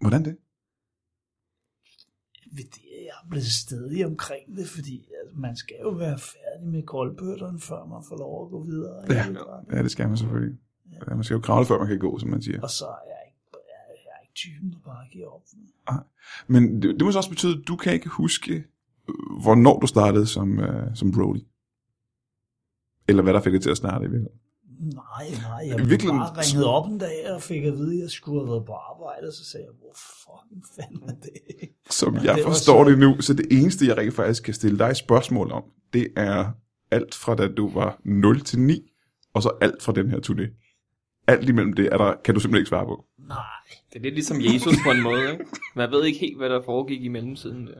Speaker 1: Hvordan det?
Speaker 5: ved det, at jeg er blevet stedig omkring det, fordi altså, man skal jo være færdig med koldbøtteren, før man får lov at gå videre.
Speaker 1: Ja, det skal man selvfølgelig. Ja, Man skal jo kravle, før man kan gå, som man siger.
Speaker 5: Og så er jeg ikke, jeg, jeg er ikke typen, der bare giver op.
Speaker 1: Men det, det må så også betyde, at du kan ikke huske, øh, hvornår du startede som, øh, som Brody. Eller hvad der fik dig til at starte i virkeligheden.
Speaker 5: Nej, nej, jeg
Speaker 1: I
Speaker 5: blev
Speaker 1: virkeligheden-
Speaker 5: bare ringet op en dag og fik at vide, at jeg skulle have været på arbejde, og så sagde jeg, hvor fucking fanden er det?
Speaker 1: Som
Speaker 5: Ja,
Speaker 1: ja, jeg
Speaker 5: det var
Speaker 1: forstår
Speaker 5: så-
Speaker 1: det nu, så det eneste, jeg rent faktisk kan stille dig spørgsmål om, det er alt fra da du var 0 til 9, og så alt fra den her turné. Alt imellem det er der, kan du simpelthen ikke svare på.
Speaker 5: Nej,
Speaker 3: Det er lidt ligesom Jesus på en måde, ikke? Man ved ikke helt, hvad der foregik i mellemtiden. Der,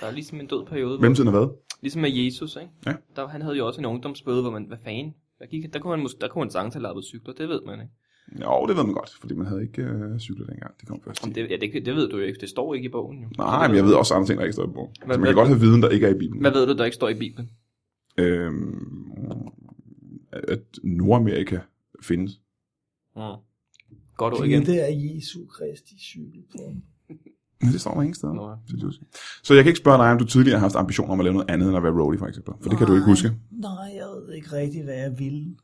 Speaker 3: der er ligesom en død periode. Hvor,
Speaker 1: Hvem er hvad?
Speaker 3: ligesom med Jesus, ikke?
Speaker 1: Ja.
Speaker 3: Der, han havde jo også en ungdomsbøde, hvor man, hvad fanden? Der, gik, der kunne han, mås- der kunne han sange til lappet cykler, det ved man, ikke?
Speaker 1: Jo, det ved man godt, fordi man havde ikke øh, cykler dengang. Det kom først.
Speaker 3: Om det, ja, det, det ved du jo ikke, det står ikke i bogen, jo.
Speaker 1: Nej, men jeg ved også andre ting, der ikke står i bogen. Så man
Speaker 3: hvad-
Speaker 1: kan godt have viden, der ikke er i Bibelen.
Speaker 3: Hvad ved du, der ikke står i Bibelen?
Speaker 1: Øhm, at Nordamerika findes.
Speaker 3: Mm. Godt ord igen.
Speaker 5: det der er Jesu Kristi cykel på.
Speaker 1: Men det står der ingen steder.
Speaker 3: Nå, ja.
Speaker 1: Det er det. Så jeg kan ikke spørge dig, om du tidligere har haft ambitioner om at lave noget andet end at være roadie, for eksempel. For det kan du ikke huske.
Speaker 5: Nej, jeg ved ikke rigtigt, hvad jeg ville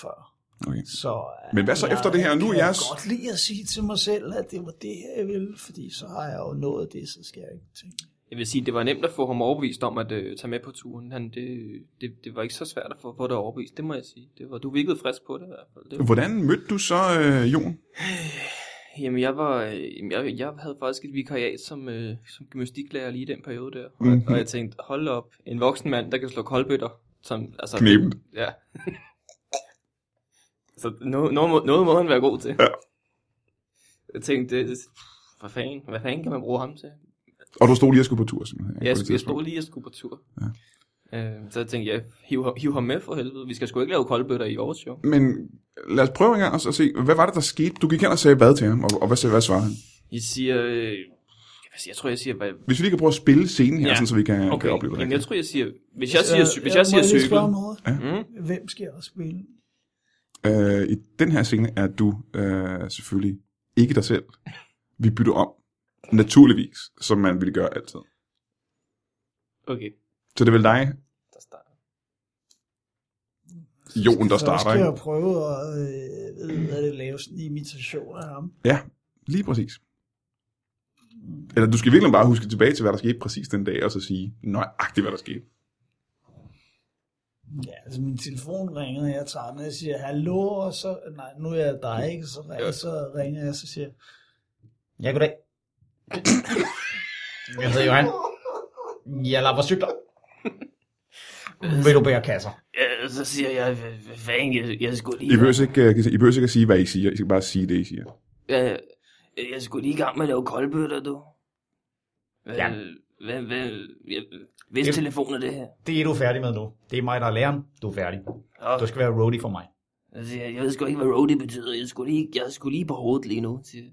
Speaker 5: før.
Speaker 1: Okay.
Speaker 5: Så, øh,
Speaker 1: Men hvad så efter det her? Nu er
Speaker 5: kan
Speaker 1: jeres-
Speaker 5: godt lide at sige til mig selv, at det var det her, jeg ville, fordi så har jeg jo nået det, så skal jeg ikke tænke.
Speaker 3: Jeg vil sige, det var nemt at få ham overbevist om at øh, tage med på turen. Han, det, det, det var ikke så svært at få, få dig overbevist, det må jeg sige. Det var, du virkede frisk på det i hvert fald. Det var,
Speaker 1: Hvordan mødte du så øh, Jon?
Speaker 3: Jamen, jeg var, øh, jamen, jeg, jeg havde faktisk et vikariat som, øh, som gymnastiklærer lige i den periode der. Og,
Speaker 1: Mhm.
Speaker 3: og jeg tænkte, hold op, en voksen mand, der kan slå koldbøtter. Som, altså,
Speaker 1: Kneben.
Speaker 3: Ja. Så noget, noget, må- noget må han være god til.
Speaker 1: Ja.
Speaker 3: Jeg tænkte, det, hvad, fanden, hvad fanden kan man bruge ham til?
Speaker 1: Og du stod lige og skulle på tur, simpelthen.
Speaker 3: Jeg,
Speaker 1: På det
Speaker 3: jeg
Speaker 1: tidspunkt.
Speaker 3: stod lige og skulle på tur. Ja. Øh, så jeg tænkte, jeg hiv, ham- hiv ham med for helvede. Vi skal sgu ikke lave koldbøtter i Aarhus, jo.
Speaker 1: Men lad os prøve engang at se, hvad var det, der skete? Du gik hen og sagde hvad til ham, og, og hvad, sagde- hvad svarede han?
Speaker 3: I siger, øh, hvad siger- jeg tror, jeg siger, hvad,
Speaker 1: Hvis vi lige kan prøve at spille scenen her, ja.
Speaker 3: Ja.
Speaker 1: sådan, så vi kan,
Speaker 3: Okay,
Speaker 1: kan opleve det.
Speaker 3: Jamen, jeg
Speaker 1: rigtigt.
Speaker 3: tror, jeg siger... Hvis jeg siger, cy- hvis jeg siger
Speaker 5: cykel...
Speaker 3: cykel...
Speaker 5: Spørge om noget?
Speaker 3: Mm,
Speaker 5: Hvem skal jeg også spille?
Speaker 1: Øh, I den her scene er du øh, selvfølgelig ikke dig selv. Vi bytter om. Naturligvis, som man ville gøre altid.
Speaker 3: okay,
Speaker 1: Så det er vel dig,
Speaker 3: der starter.
Speaker 1: Jon, der
Speaker 5: så
Speaker 1: starter.
Speaker 5: skal
Speaker 1: ikke?
Speaker 5: jeg prøve at øh, ved, hvad det lave sådan en imitation af ham.
Speaker 1: Ja, lige præcis. Eller du skal virkelig bare huske tilbage til, hvad der skete præcis den dag, og så sige nøjagtigt, hvad der skete.
Speaker 5: Ja, altså min telefon ringer, og jeg tager den, og jeg siger, hallo, og så, nej, nu er jeg dig, ikke? Så, ringer, så ringer jeg, og så siger jeg,
Speaker 2: Ja, goddag. Jeg hedder Johan. Jeg lapper cykler. Vil du bære kasser?
Speaker 3: Ja, så siger jeg, hvad- hvad fanden, jeg, jeg skulle lige...
Speaker 1: I behøver ikke, øh, I behøver ikke at sige, hvad I siger. I skal bare sige det, I siger.
Speaker 3: Jeg, jeg skulle lige i gang med at lave koldbøtter, du.
Speaker 2: Ja.
Speaker 3: Øh, Hvad, hvad, jeg, hvis
Speaker 2: Det-
Speaker 3: telefon er det her?
Speaker 2: Det er du færdig med nu. Det er mig, der er læreren. Du er færdig.
Speaker 3: Og,
Speaker 2: Du skal være roadie for mig.
Speaker 3: jeg, siger, jeg ved sgu ikke, hvad roadie betyder. Jeg skulle lige, jeg skulle lige på hovedet lige nu. Siger. jeg.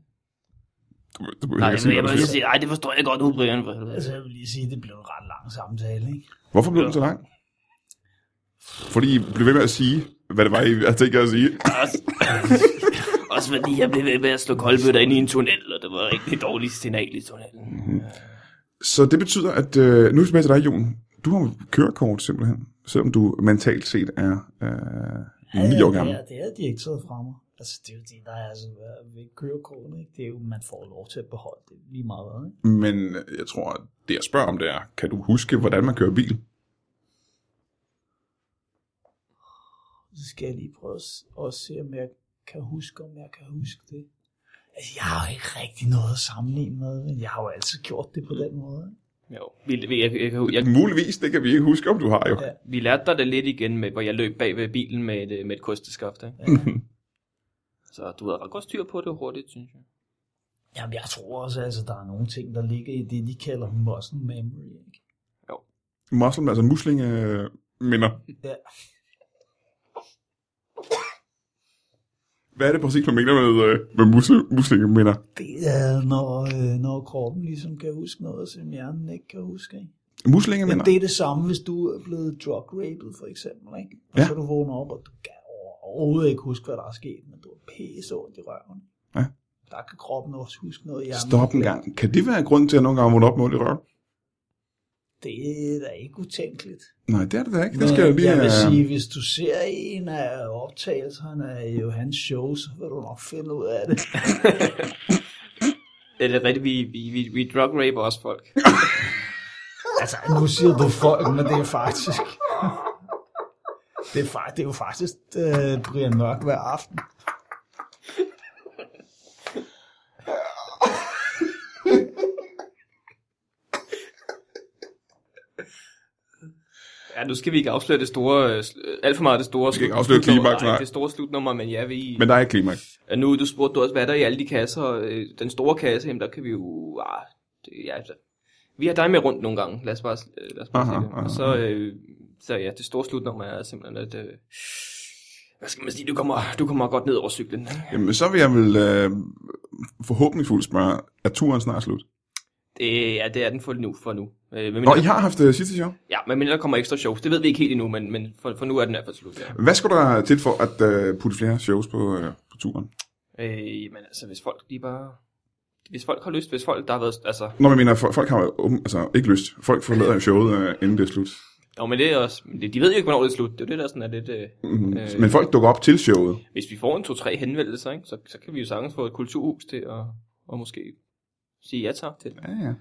Speaker 1: Du, behøver- du behøver
Speaker 3: Nej,
Speaker 1: ikke at
Speaker 3: jeg,
Speaker 1: sige,
Speaker 3: jeg, jeg,
Speaker 1: hvad
Speaker 3: jeg,
Speaker 1: du
Speaker 3: jeg
Speaker 1: siger.
Speaker 3: siger, ej, det forstår jeg godt nu, Brian. For helvede.
Speaker 5: altså jeg vil lige sige, det blev en ret lang samtale, ikke?
Speaker 1: Hvorfor blev den så lang? Fordi I blev ved med at sige, hvad det var, I havde tænkt jer at sige.
Speaker 3: Også, også fordi jeg blev ved med at slå koldbøtter ind i en tunnel, og det var et rigtig dårligt signal i tunnelen.
Speaker 1: Så det betyder, at øh, nu er vi tilbage til dig, Jon. Du har jo kørekort simpelthen, selvom du mentalt set er øh, 9 år gammel.
Speaker 5: Ja, det er, det er direktøret fra mig. Altså, det er jo det, der er altså, hvad- ved kørekorten, ikke? Det er jo, man får lov til at beholde det lige meget, hvad, ikke?
Speaker 1: Men jeg tror, at det jeg spørger om, det er, kan du huske, hvordan man kører bil?
Speaker 5: Så skal jeg lige prøve at s- også se, om jeg kan huske, om jeg kan huske det. Altså, jeg har jo ikke rigtig noget at sammenligne med, men jeg har jo altid gjort det på den måde, ikke?
Speaker 3: Jo, vi, vi, jeg, jeg, jeg, jeg,
Speaker 1: Muligvis, det kan vi ikke huske, om du har jo.
Speaker 5: Ja.
Speaker 3: vi lærte dig det lidt igen, med, hvor jeg løb bag ved bilen med et, øh, med et kosteskaft. Ikke?
Speaker 5: Ja.
Speaker 3: Så du havde ret godt styr på det hurtigt, synes jeg.
Speaker 5: Jamen, jeg tror også, altså, der er nogle ting, der ligger i det, de kalder muscle memory. Ikke?
Speaker 1: Muslim, altså muslinge øh, minder.
Speaker 5: Ja.
Speaker 1: Hvad er det præcis, man mener med, øh, med musli- muslinge minder?
Speaker 5: Det er, når, øh, når kroppen ligesom kan huske noget, som hjernen ikke kan huske. Ikke?
Speaker 1: Muslinge
Speaker 5: Men
Speaker 1: minder?
Speaker 5: det er det samme, hvis du er blevet drug raped, for eksempel. Ikke? Og
Speaker 1: Ja.
Speaker 5: så du vågner op, og du kan overhovedet ikke huske, hvad der er sket, men du er pisse ondt i røven.
Speaker 1: Ja.
Speaker 5: Der kan kroppen også huske noget. Hjernen.
Speaker 1: Stop en gang. Kan det være grund til, at nogle gange vågner op med ondt i røven?
Speaker 5: det er da ikke utænkeligt.
Speaker 1: Nej, det er det da ikke. Det skal jeg
Speaker 5: Men
Speaker 1: lige...
Speaker 5: jeg vil
Speaker 1: øh,
Speaker 5: sige, hvis du ser en af optagelserne af Johans show, så vil du nok finde ud af det.
Speaker 3: Ja, det er rigtigt, vi, vi, vi, vi drug raper også folk.
Speaker 5: Altså, nu siger du folk, men det er faktisk... Det er, fa- det er jo faktisk øh, Brian Mørk hver aften.
Speaker 3: Ja, nu skal vi ikke afsløre det store, øh, sl- øh, alt for meget det store
Speaker 1: skal ikke
Speaker 3: slut-
Speaker 1: afsløre
Speaker 3: slutnummer.
Speaker 1: klimaks, nej.
Speaker 3: det store slutnummer, men ja, vi...
Speaker 1: Men der er ikke klima.
Speaker 3: Men... Nu, du spurgte du også, hvad er der i alle de kasser? Øh, Den store kasse, jamen, der kan vi jo... Ah, det, ja, altså, vi har dig med rundt nogle gange, lad os bare, øh, lad os bare
Speaker 1: Aha,
Speaker 3: sige det.
Speaker 1: aha.
Speaker 3: Og så, øh, så ja, det store slutnummer er simpelthen, at... Øh, hvad skal man sige? Du kommer, du kommer godt ned over cyklen.
Speaker 1: Jamen, så vil jeg vel øh, forhåbningsfuldt spørge, er turen snart slut?
Speaker 3: Det, ja, det er den for nu. For nu. Øh, men,
Speaker 1: Nå, I har haft øh, sidste show.
Speaker 3: Ja, men mindre der kommer ekstra shows. Det ved vi ikke helt endnu, men, men for, for nu er den i hvert fald slut. Ja.
Speaker 1: Hvad skulle der til for at øh, putte flere shows på, øh, på turen?
Speaker 3: Øh, men altså, hvis folk lige bare... Hvis folk har lyst, hvis folk, der har været... Altså,
Speaker 1: Når man mener, folk, folk har jo åben, altså, ikke lyst. Folk forlader jo showet, øh, inden det er slut.
Speaker 3: jo, men det er også... men det- De ved jo ikke, hvornår det er slut. Det er jo det, der sådan er lidt... Øh,
Speaker 1: Mm.
Speaker 3: Øh.
Speaker 1: Øh. Men folk dukker op til showet.
Speaker 3: hvis vi får en to-tre henvendelser, ikke, så, så kan vi jo sagtens få et kulturhus til at, og måske sige ja tak til det.
Speaker 1: Ja, ja.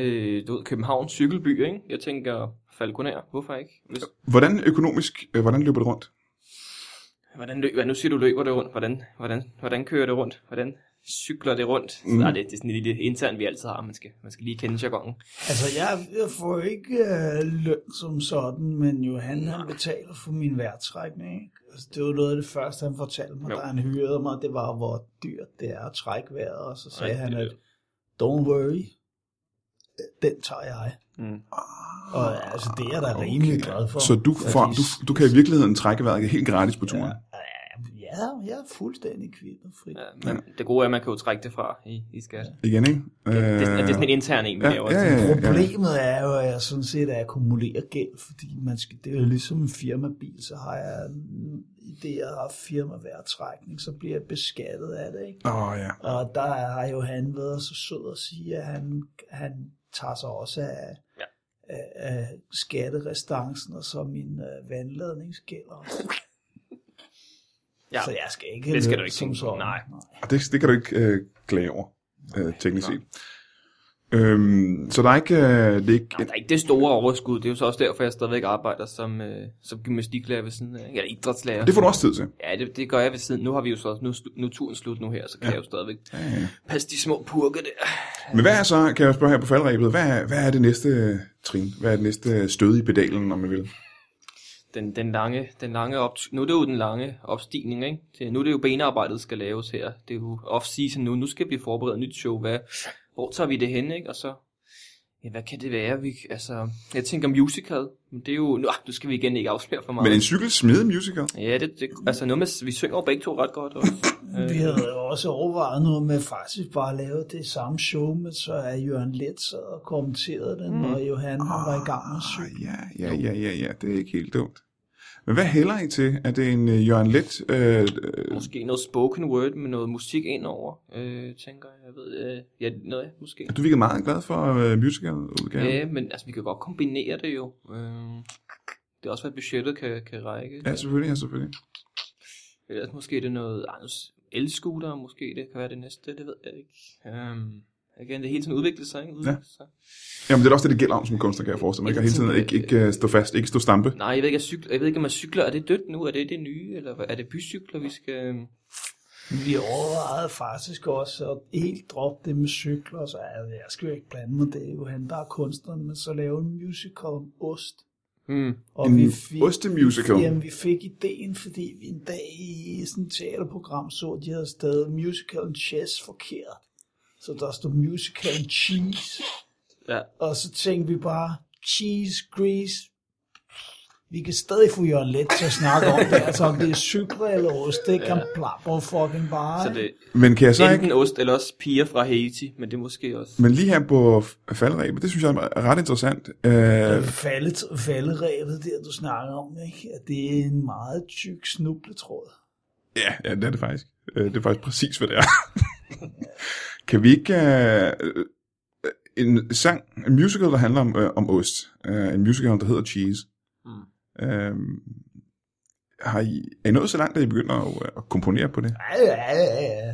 Speaker 3: Øh, du ved, København, cykelby, ikke? Jeg tænker, Falconer, hvorfor ikke? Hvis,
Speaker 1: Hvordan økonomisk, øh, hvordan løber det rundt?
Speaker 3: hvordan løber, nu siger du, løber det rundt. Hvordan, hvordan, hvordan kører det rundt? Hvordan cykler det rundt? Mm.
Speaker 1: Mm.
Speaker 3: Nej, det, det er sådan en lille intern, vi altid har. Man skal, man skal lige kende jargonen.
Speaker 5: Altså, jeg, jeg får ikke øh, løn som sådan, men Johan han betaler for min værtrækning. Ikke? Altså, det var noget af det første, han fortalte mig,
Speaker 3: Jo.
Speaker 5: jo. da han hyrede mig. Det var, hvor dyrt det er at trække vejret. Og så sagde
Speaker 3: Rigtig
Speaker 5: han, at
Speaker 3: dyrt.
Speaker 5: don't worry, den tager jeg.
Speaker 3: Mm.
Speaker 5: Og altså, det er jeg da rimelig glad for.
Speaker 1: Så du, får,
Speaker 5: Fordi-
Speaker 1: du, du kan i virkeligheden trække vejret helt gratis på turen.
Speaker 5: Ja, ja, jeg er fuldstændig kvitt og fri.
Speaker 3: Ja, men ja. det gode er, at man kan jo trække det fra i, i skat. Ja.
Speaker 1: Igen, ikke? Øh,
Speaker 3: Det, er sådan- det er sådan en intern en, vi
Speaker 1: ja,
Speaker 3: laver.
Speaker 1: ja, ja, ja.
Speaker 5: Problemet er jo, at jeg sådan set er akkumulerer gæld, fordi man skal, det er jo ligesom en firmabil, så har jeg, i det jeg har firmaværtrækning, så bliver jeg beskattet af det, ikke?
Speaker 1: Åh, oh, ja.
Speaker 5: Og der har jo han været så sød at sige, at han, han tager sig også af,
Speaker 3: Ja.
Speaker 5: ja. af, af skatterestancen, og så min øh, vandladningsgæld også.
Speaker 3: Ja.
Speaker 5: Ja. Så jeg skal ikke
Speaker 3: Det skal
Speaker 5: have
Speaker 3: du
Speaker 5: løn
Speaker 3: ikke
Speaker 5: som
Speaker 3: tænke på,
Speaker 5: sådan.
Speaker 3: nej.
Speaker 1: Og det, det kan du ikke øh, klage over, øh, teknisk set. Øhm, så der er ikke... Øh, det er ikke
Speaker 3: Nå, der er ikke det store overskud. Det er jo så også derfor, jeg stadigvæk arbejder som, øh, som gymnastiklærer ved siden af. ikke? Eller idrætslærer.
Speaker 1: det får du også tid til.
Speaker 3: Ja, det, det gør jeg ved siden. Nu har vi jo så nu, er slu- nu er turen slut nu her, så kan ja. jeg jo stadigvæk
Speaker 1: Ja, ja.
Speaker 3: passe de små purker der.
Speaker 1: Men hvad er så, kan jeg spørge her på faldrebet, hvad er, hvad er det næste øh, trin? Hvad er det næste øh, stød i pedalen, om man vil?
Speaker 3: Den, den lange, den lange op, nu er det jo den lange opstigning, ikke? Det- Nu er det jo benarbejdet, skal laves her. Det er jo off-season nu. Nu skal vi forberede et nyt show. Hvad, hvor tager vi det hen, ikke? Og så, ja, hvad kan det være? Vi, altså, jeg tænker musical. Men det er jo, nu, ah, nu skal vi igen ikke afsløre for meget.
Speaker 1: Men en cykel smede musical?
Speaker 3: Ja, det, det, altså noget med, vi synger jo begge to ret godt. Og,
Speaker 5: Vi
Speaker 3: øh,
Speaker 5: havde jo også overvejet noget med faktisk bare at lave det samme show, men så er Jørgen Let sad og kommenterede det, når Johan var i gang med syg.
Speaker 1: Mm. Ah, ja, ja, ja, ja, ja, det er ikke helt dumt. Men hvad hælder I til? Er det en øh, Jørgen Let? Øh, øh,
Speaker 3: måske noget spoken word med noget musik indover, øh, tænker jeg. Jeg ved, øh, ja, noget, måske.
Speaker 1: du virker meget glad for øh, musical-udgaven.
Speaker 3: Ja, men altså, vi kan godt kombinere det jo. Øh, det er også, hvad budgettet kan, kan række.
Speaker 1: Ja, selvfølgelig, ja, selvfølgelig.
Speaker 3: Ellers måske er det noget ah, andet elskuter, måske det kan være det næste, det ved jeg ikke. Øhm, igen, det hele tiden udvikler sig, ikke? Udvikler
Speaker 1: Ja.
Speaker 3: sig.
Speaker 1: Jamen, det er også det, det gælder om som kunstner, kan jeg forestille mig. Ikke, Og hele tiden ikke, ikke øh, stå fast, ikke stå stampe.
Speaker 3: Nej, jeg ved ikke, jeg, cykler, jeg ved ikke, om man cykler, er det dødt nu? Er det det nye, eller hvad- er det bycykler, vi skal... øhm,
Speaker 5: Vi overvejede faktisk også at helt droppe det med cykler, og så altså, jeg skal jo ikke blande mig, det er jo han, der er kunstneren, men så lave en musical om ost.
Speaker 3: Hmm.
Speaker 5: Og
Speaker 1: En ostemusical?
Speaker 5: Jamen, vi fik ideen, fordi vi en dag i sådan et teaterprogram så, at de havde stadig musicalen Chess forkert. Så der stod musicalen Cheese.
Speaker 3: Ja,
Speaker 5: Og så tænkte vi bare, cheese, grease, vi kan stadig få Jørgen Let til at snakke om det, altså om det er cykler eller ost, det kan plapper fucking bare.
Speaker 3: så det,
Speaker 1: Men kan jeg så
Speaker 3: Så
Speaker 1: ikke...
Speaker 3: Enten ost, eller også piger fra Haiti, men det er måske også...
Speaker 1: Men lige her på f- faldrebet, det synes jeg er ret interessant. Øh,
Speaker 5: Faldet, falderevet der, du snakker om, ikke? At det er en meget tyk snubletråd.
Speaker 1: Ja, ja, det er det faktisk. Øh, Det er faktisk præcis, hvad det er. kan vi ikke... øh, øh, en sang, en musical, der handler om, øh, om ost. Øh, en musical, der hedder Cheese. Mm. Øh, har I, er I nået så langt, at I begynder at, øh, at komponere på det?
Speaker 5: Ja, ja, ja, ja.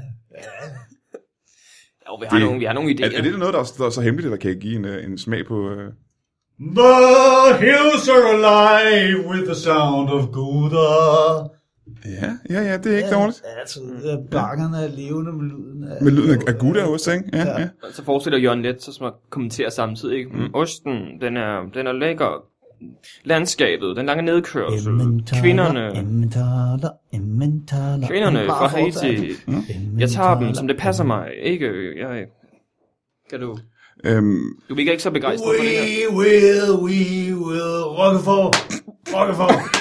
Speaker 3: Jo, vi har,
Speaker 1: Det-
Speaker 3: nogle, vi har nogle
Speaker 1: Er,
Speaker 3: idéer.
Speaker 1: er det noget, der er, der er så hemmeligt, eller kan jeg give en, øh, en smag på... Øh,
Speaker 6: The hills are alive with the sound of Gouda.
Speaker 1: Ja, ja, ja, det er ikke ja. dårligt.
Speaker 5: Ja, altså, øh, bakkerne er levende med lyden af...
Speaker 1: Med lyden af- af gutter også, ikke? Ja, ja.
Speaker 3: Så forestiller Jørgen Let sig som at kommentere samtidig. Ikke? Mm. Osten, den er, den er lækker. Landskabet, den lange nedkørsel. Altså, Kvinderne,
Speaker 5: Emmentaler, emmentaler.
Speaker 3: kvinderne
Speaker 5: Han bare
Speaker 3: fra
Speaker 5: fortsætter.
Speaker 3: Haiti.
Speaker 5: Emmentaler.
Speaker 3: Jeg tager dem, som det passer mig. Ikke, jeg... Kan du...
Speaker 1: Øhm,
Speaker 3: Du virker ikke så begejstret for det her.
Speaker 6: We will, we will. Rockefort, Rockefort.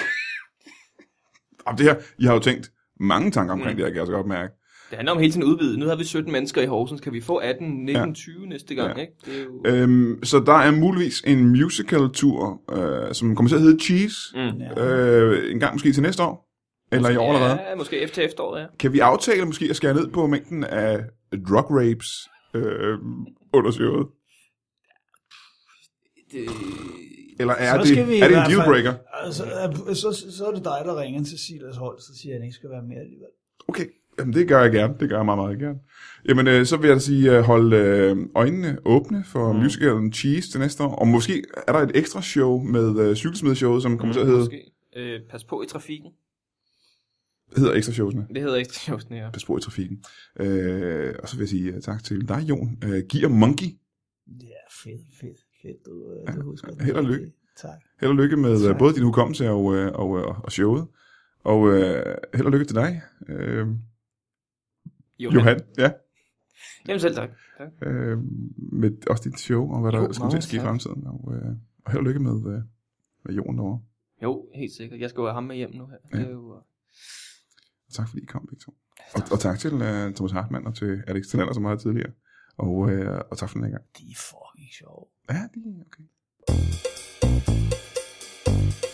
Speaker 1: om det her, I har jo tænkt mange tanker omkring mm. det, her, kan jeg så godt mærke.
Speaker 3: Det handler om hele tiden at udvide. Nu har vi 17 mennesker i Horsens. Kan vi få 18, 19,
Speaker 1: Ja.
Speaker 3: ja. 20 næste gang?
Speaker 1: Ja.
Speaker 3: Ja. Øh, Ikke? Det er jo...
Speaker 1: Øhm, så der er muligvis en musical-tur, øh, som kommer til at hedde Cheese,
Speaker 3: Mm.
Speaker 1: mm. øh, en gang måske til næste år, eller i år allerede.
Speaker 3: Ja, måske efter efteråret, ja.
Speaker 1: Kan vi aftale måske at skære ned på mængden af drug rapes øh, under showet?
Speaker 3: Det...
Speaker 1: Eller er
Speaker 5: Så
Speaker 1: det,
Speaker 5: skal vi i
Speaker 1: er det en
Speaker 5: hvert fald-
Speaker 1: dealbreaker?
Speaker 5: Altså, øh, så, så er det dig, der ringer til Silas Holst og siger, at han ikke skal være med alligevel.
Speaker 1: Okay, Jamen, det gør jeg gerne. Det gør jeg meget, meget gerne. Jamen, øh, så vil jeg da sige, øh, hold øh, øjnene åbne for mm. musicalen Cheese til næste år. Og måske er der et ekstra show med øh, cykelsmedshowet, som kommer til at hedde,
Speaker 3: Mm, Måske. Øh, pas på i trafikken.
Speaker 1: hedder Ekstra Showsene.
Speaker 3: Det hedder ikke Jørgen, ja.
Speaker 1: Pas på i trafikken. Øh, og så vil jeg sige øh, tak til dig, Jon. Øh, Gear Monkey.
Speaker 5: Ja, fedt, fedt, fedt. Du, øh, du husker det.
Speaker 1: held og lykke.
Speaker 5: Tak.
Speaker 1: Held og lykke med
Speaker 5: Tak.
Speaker 1: tak. både din hukommelse og, øh, og, øh, og showet. Og øh, held og lykke til dig, øh,
Speaker 3: Johan.
Speaker 1: Johan. Ja,
Speaker 3: Jamen selv tak. tak.
Speaker 1: øh, med også dit show og hvad der
Speaker 3: Jo,
Speaker 1: jo, skal til
Speaker 3: meget
Speaker 1: at ske i
Speaker 3: tak.
Speaker 1: fremtiden. Og, øh, og held og lykke med, øh, med Jon derovre.
Speaker 3: Jo, helt sikkert. Jeg skal jo have ham med hjem nu her. Ja. Det er jo...
Speaker 1: Og tak fordi I kom, Victor. Og, og tak til uh, Thomas Hartmann og til Alex Talander, som var her tidligere. Og, uh, og tak for den her gang.
Speaker 5: De er fucking sjove.
Speaker 1: Ja, det er okay.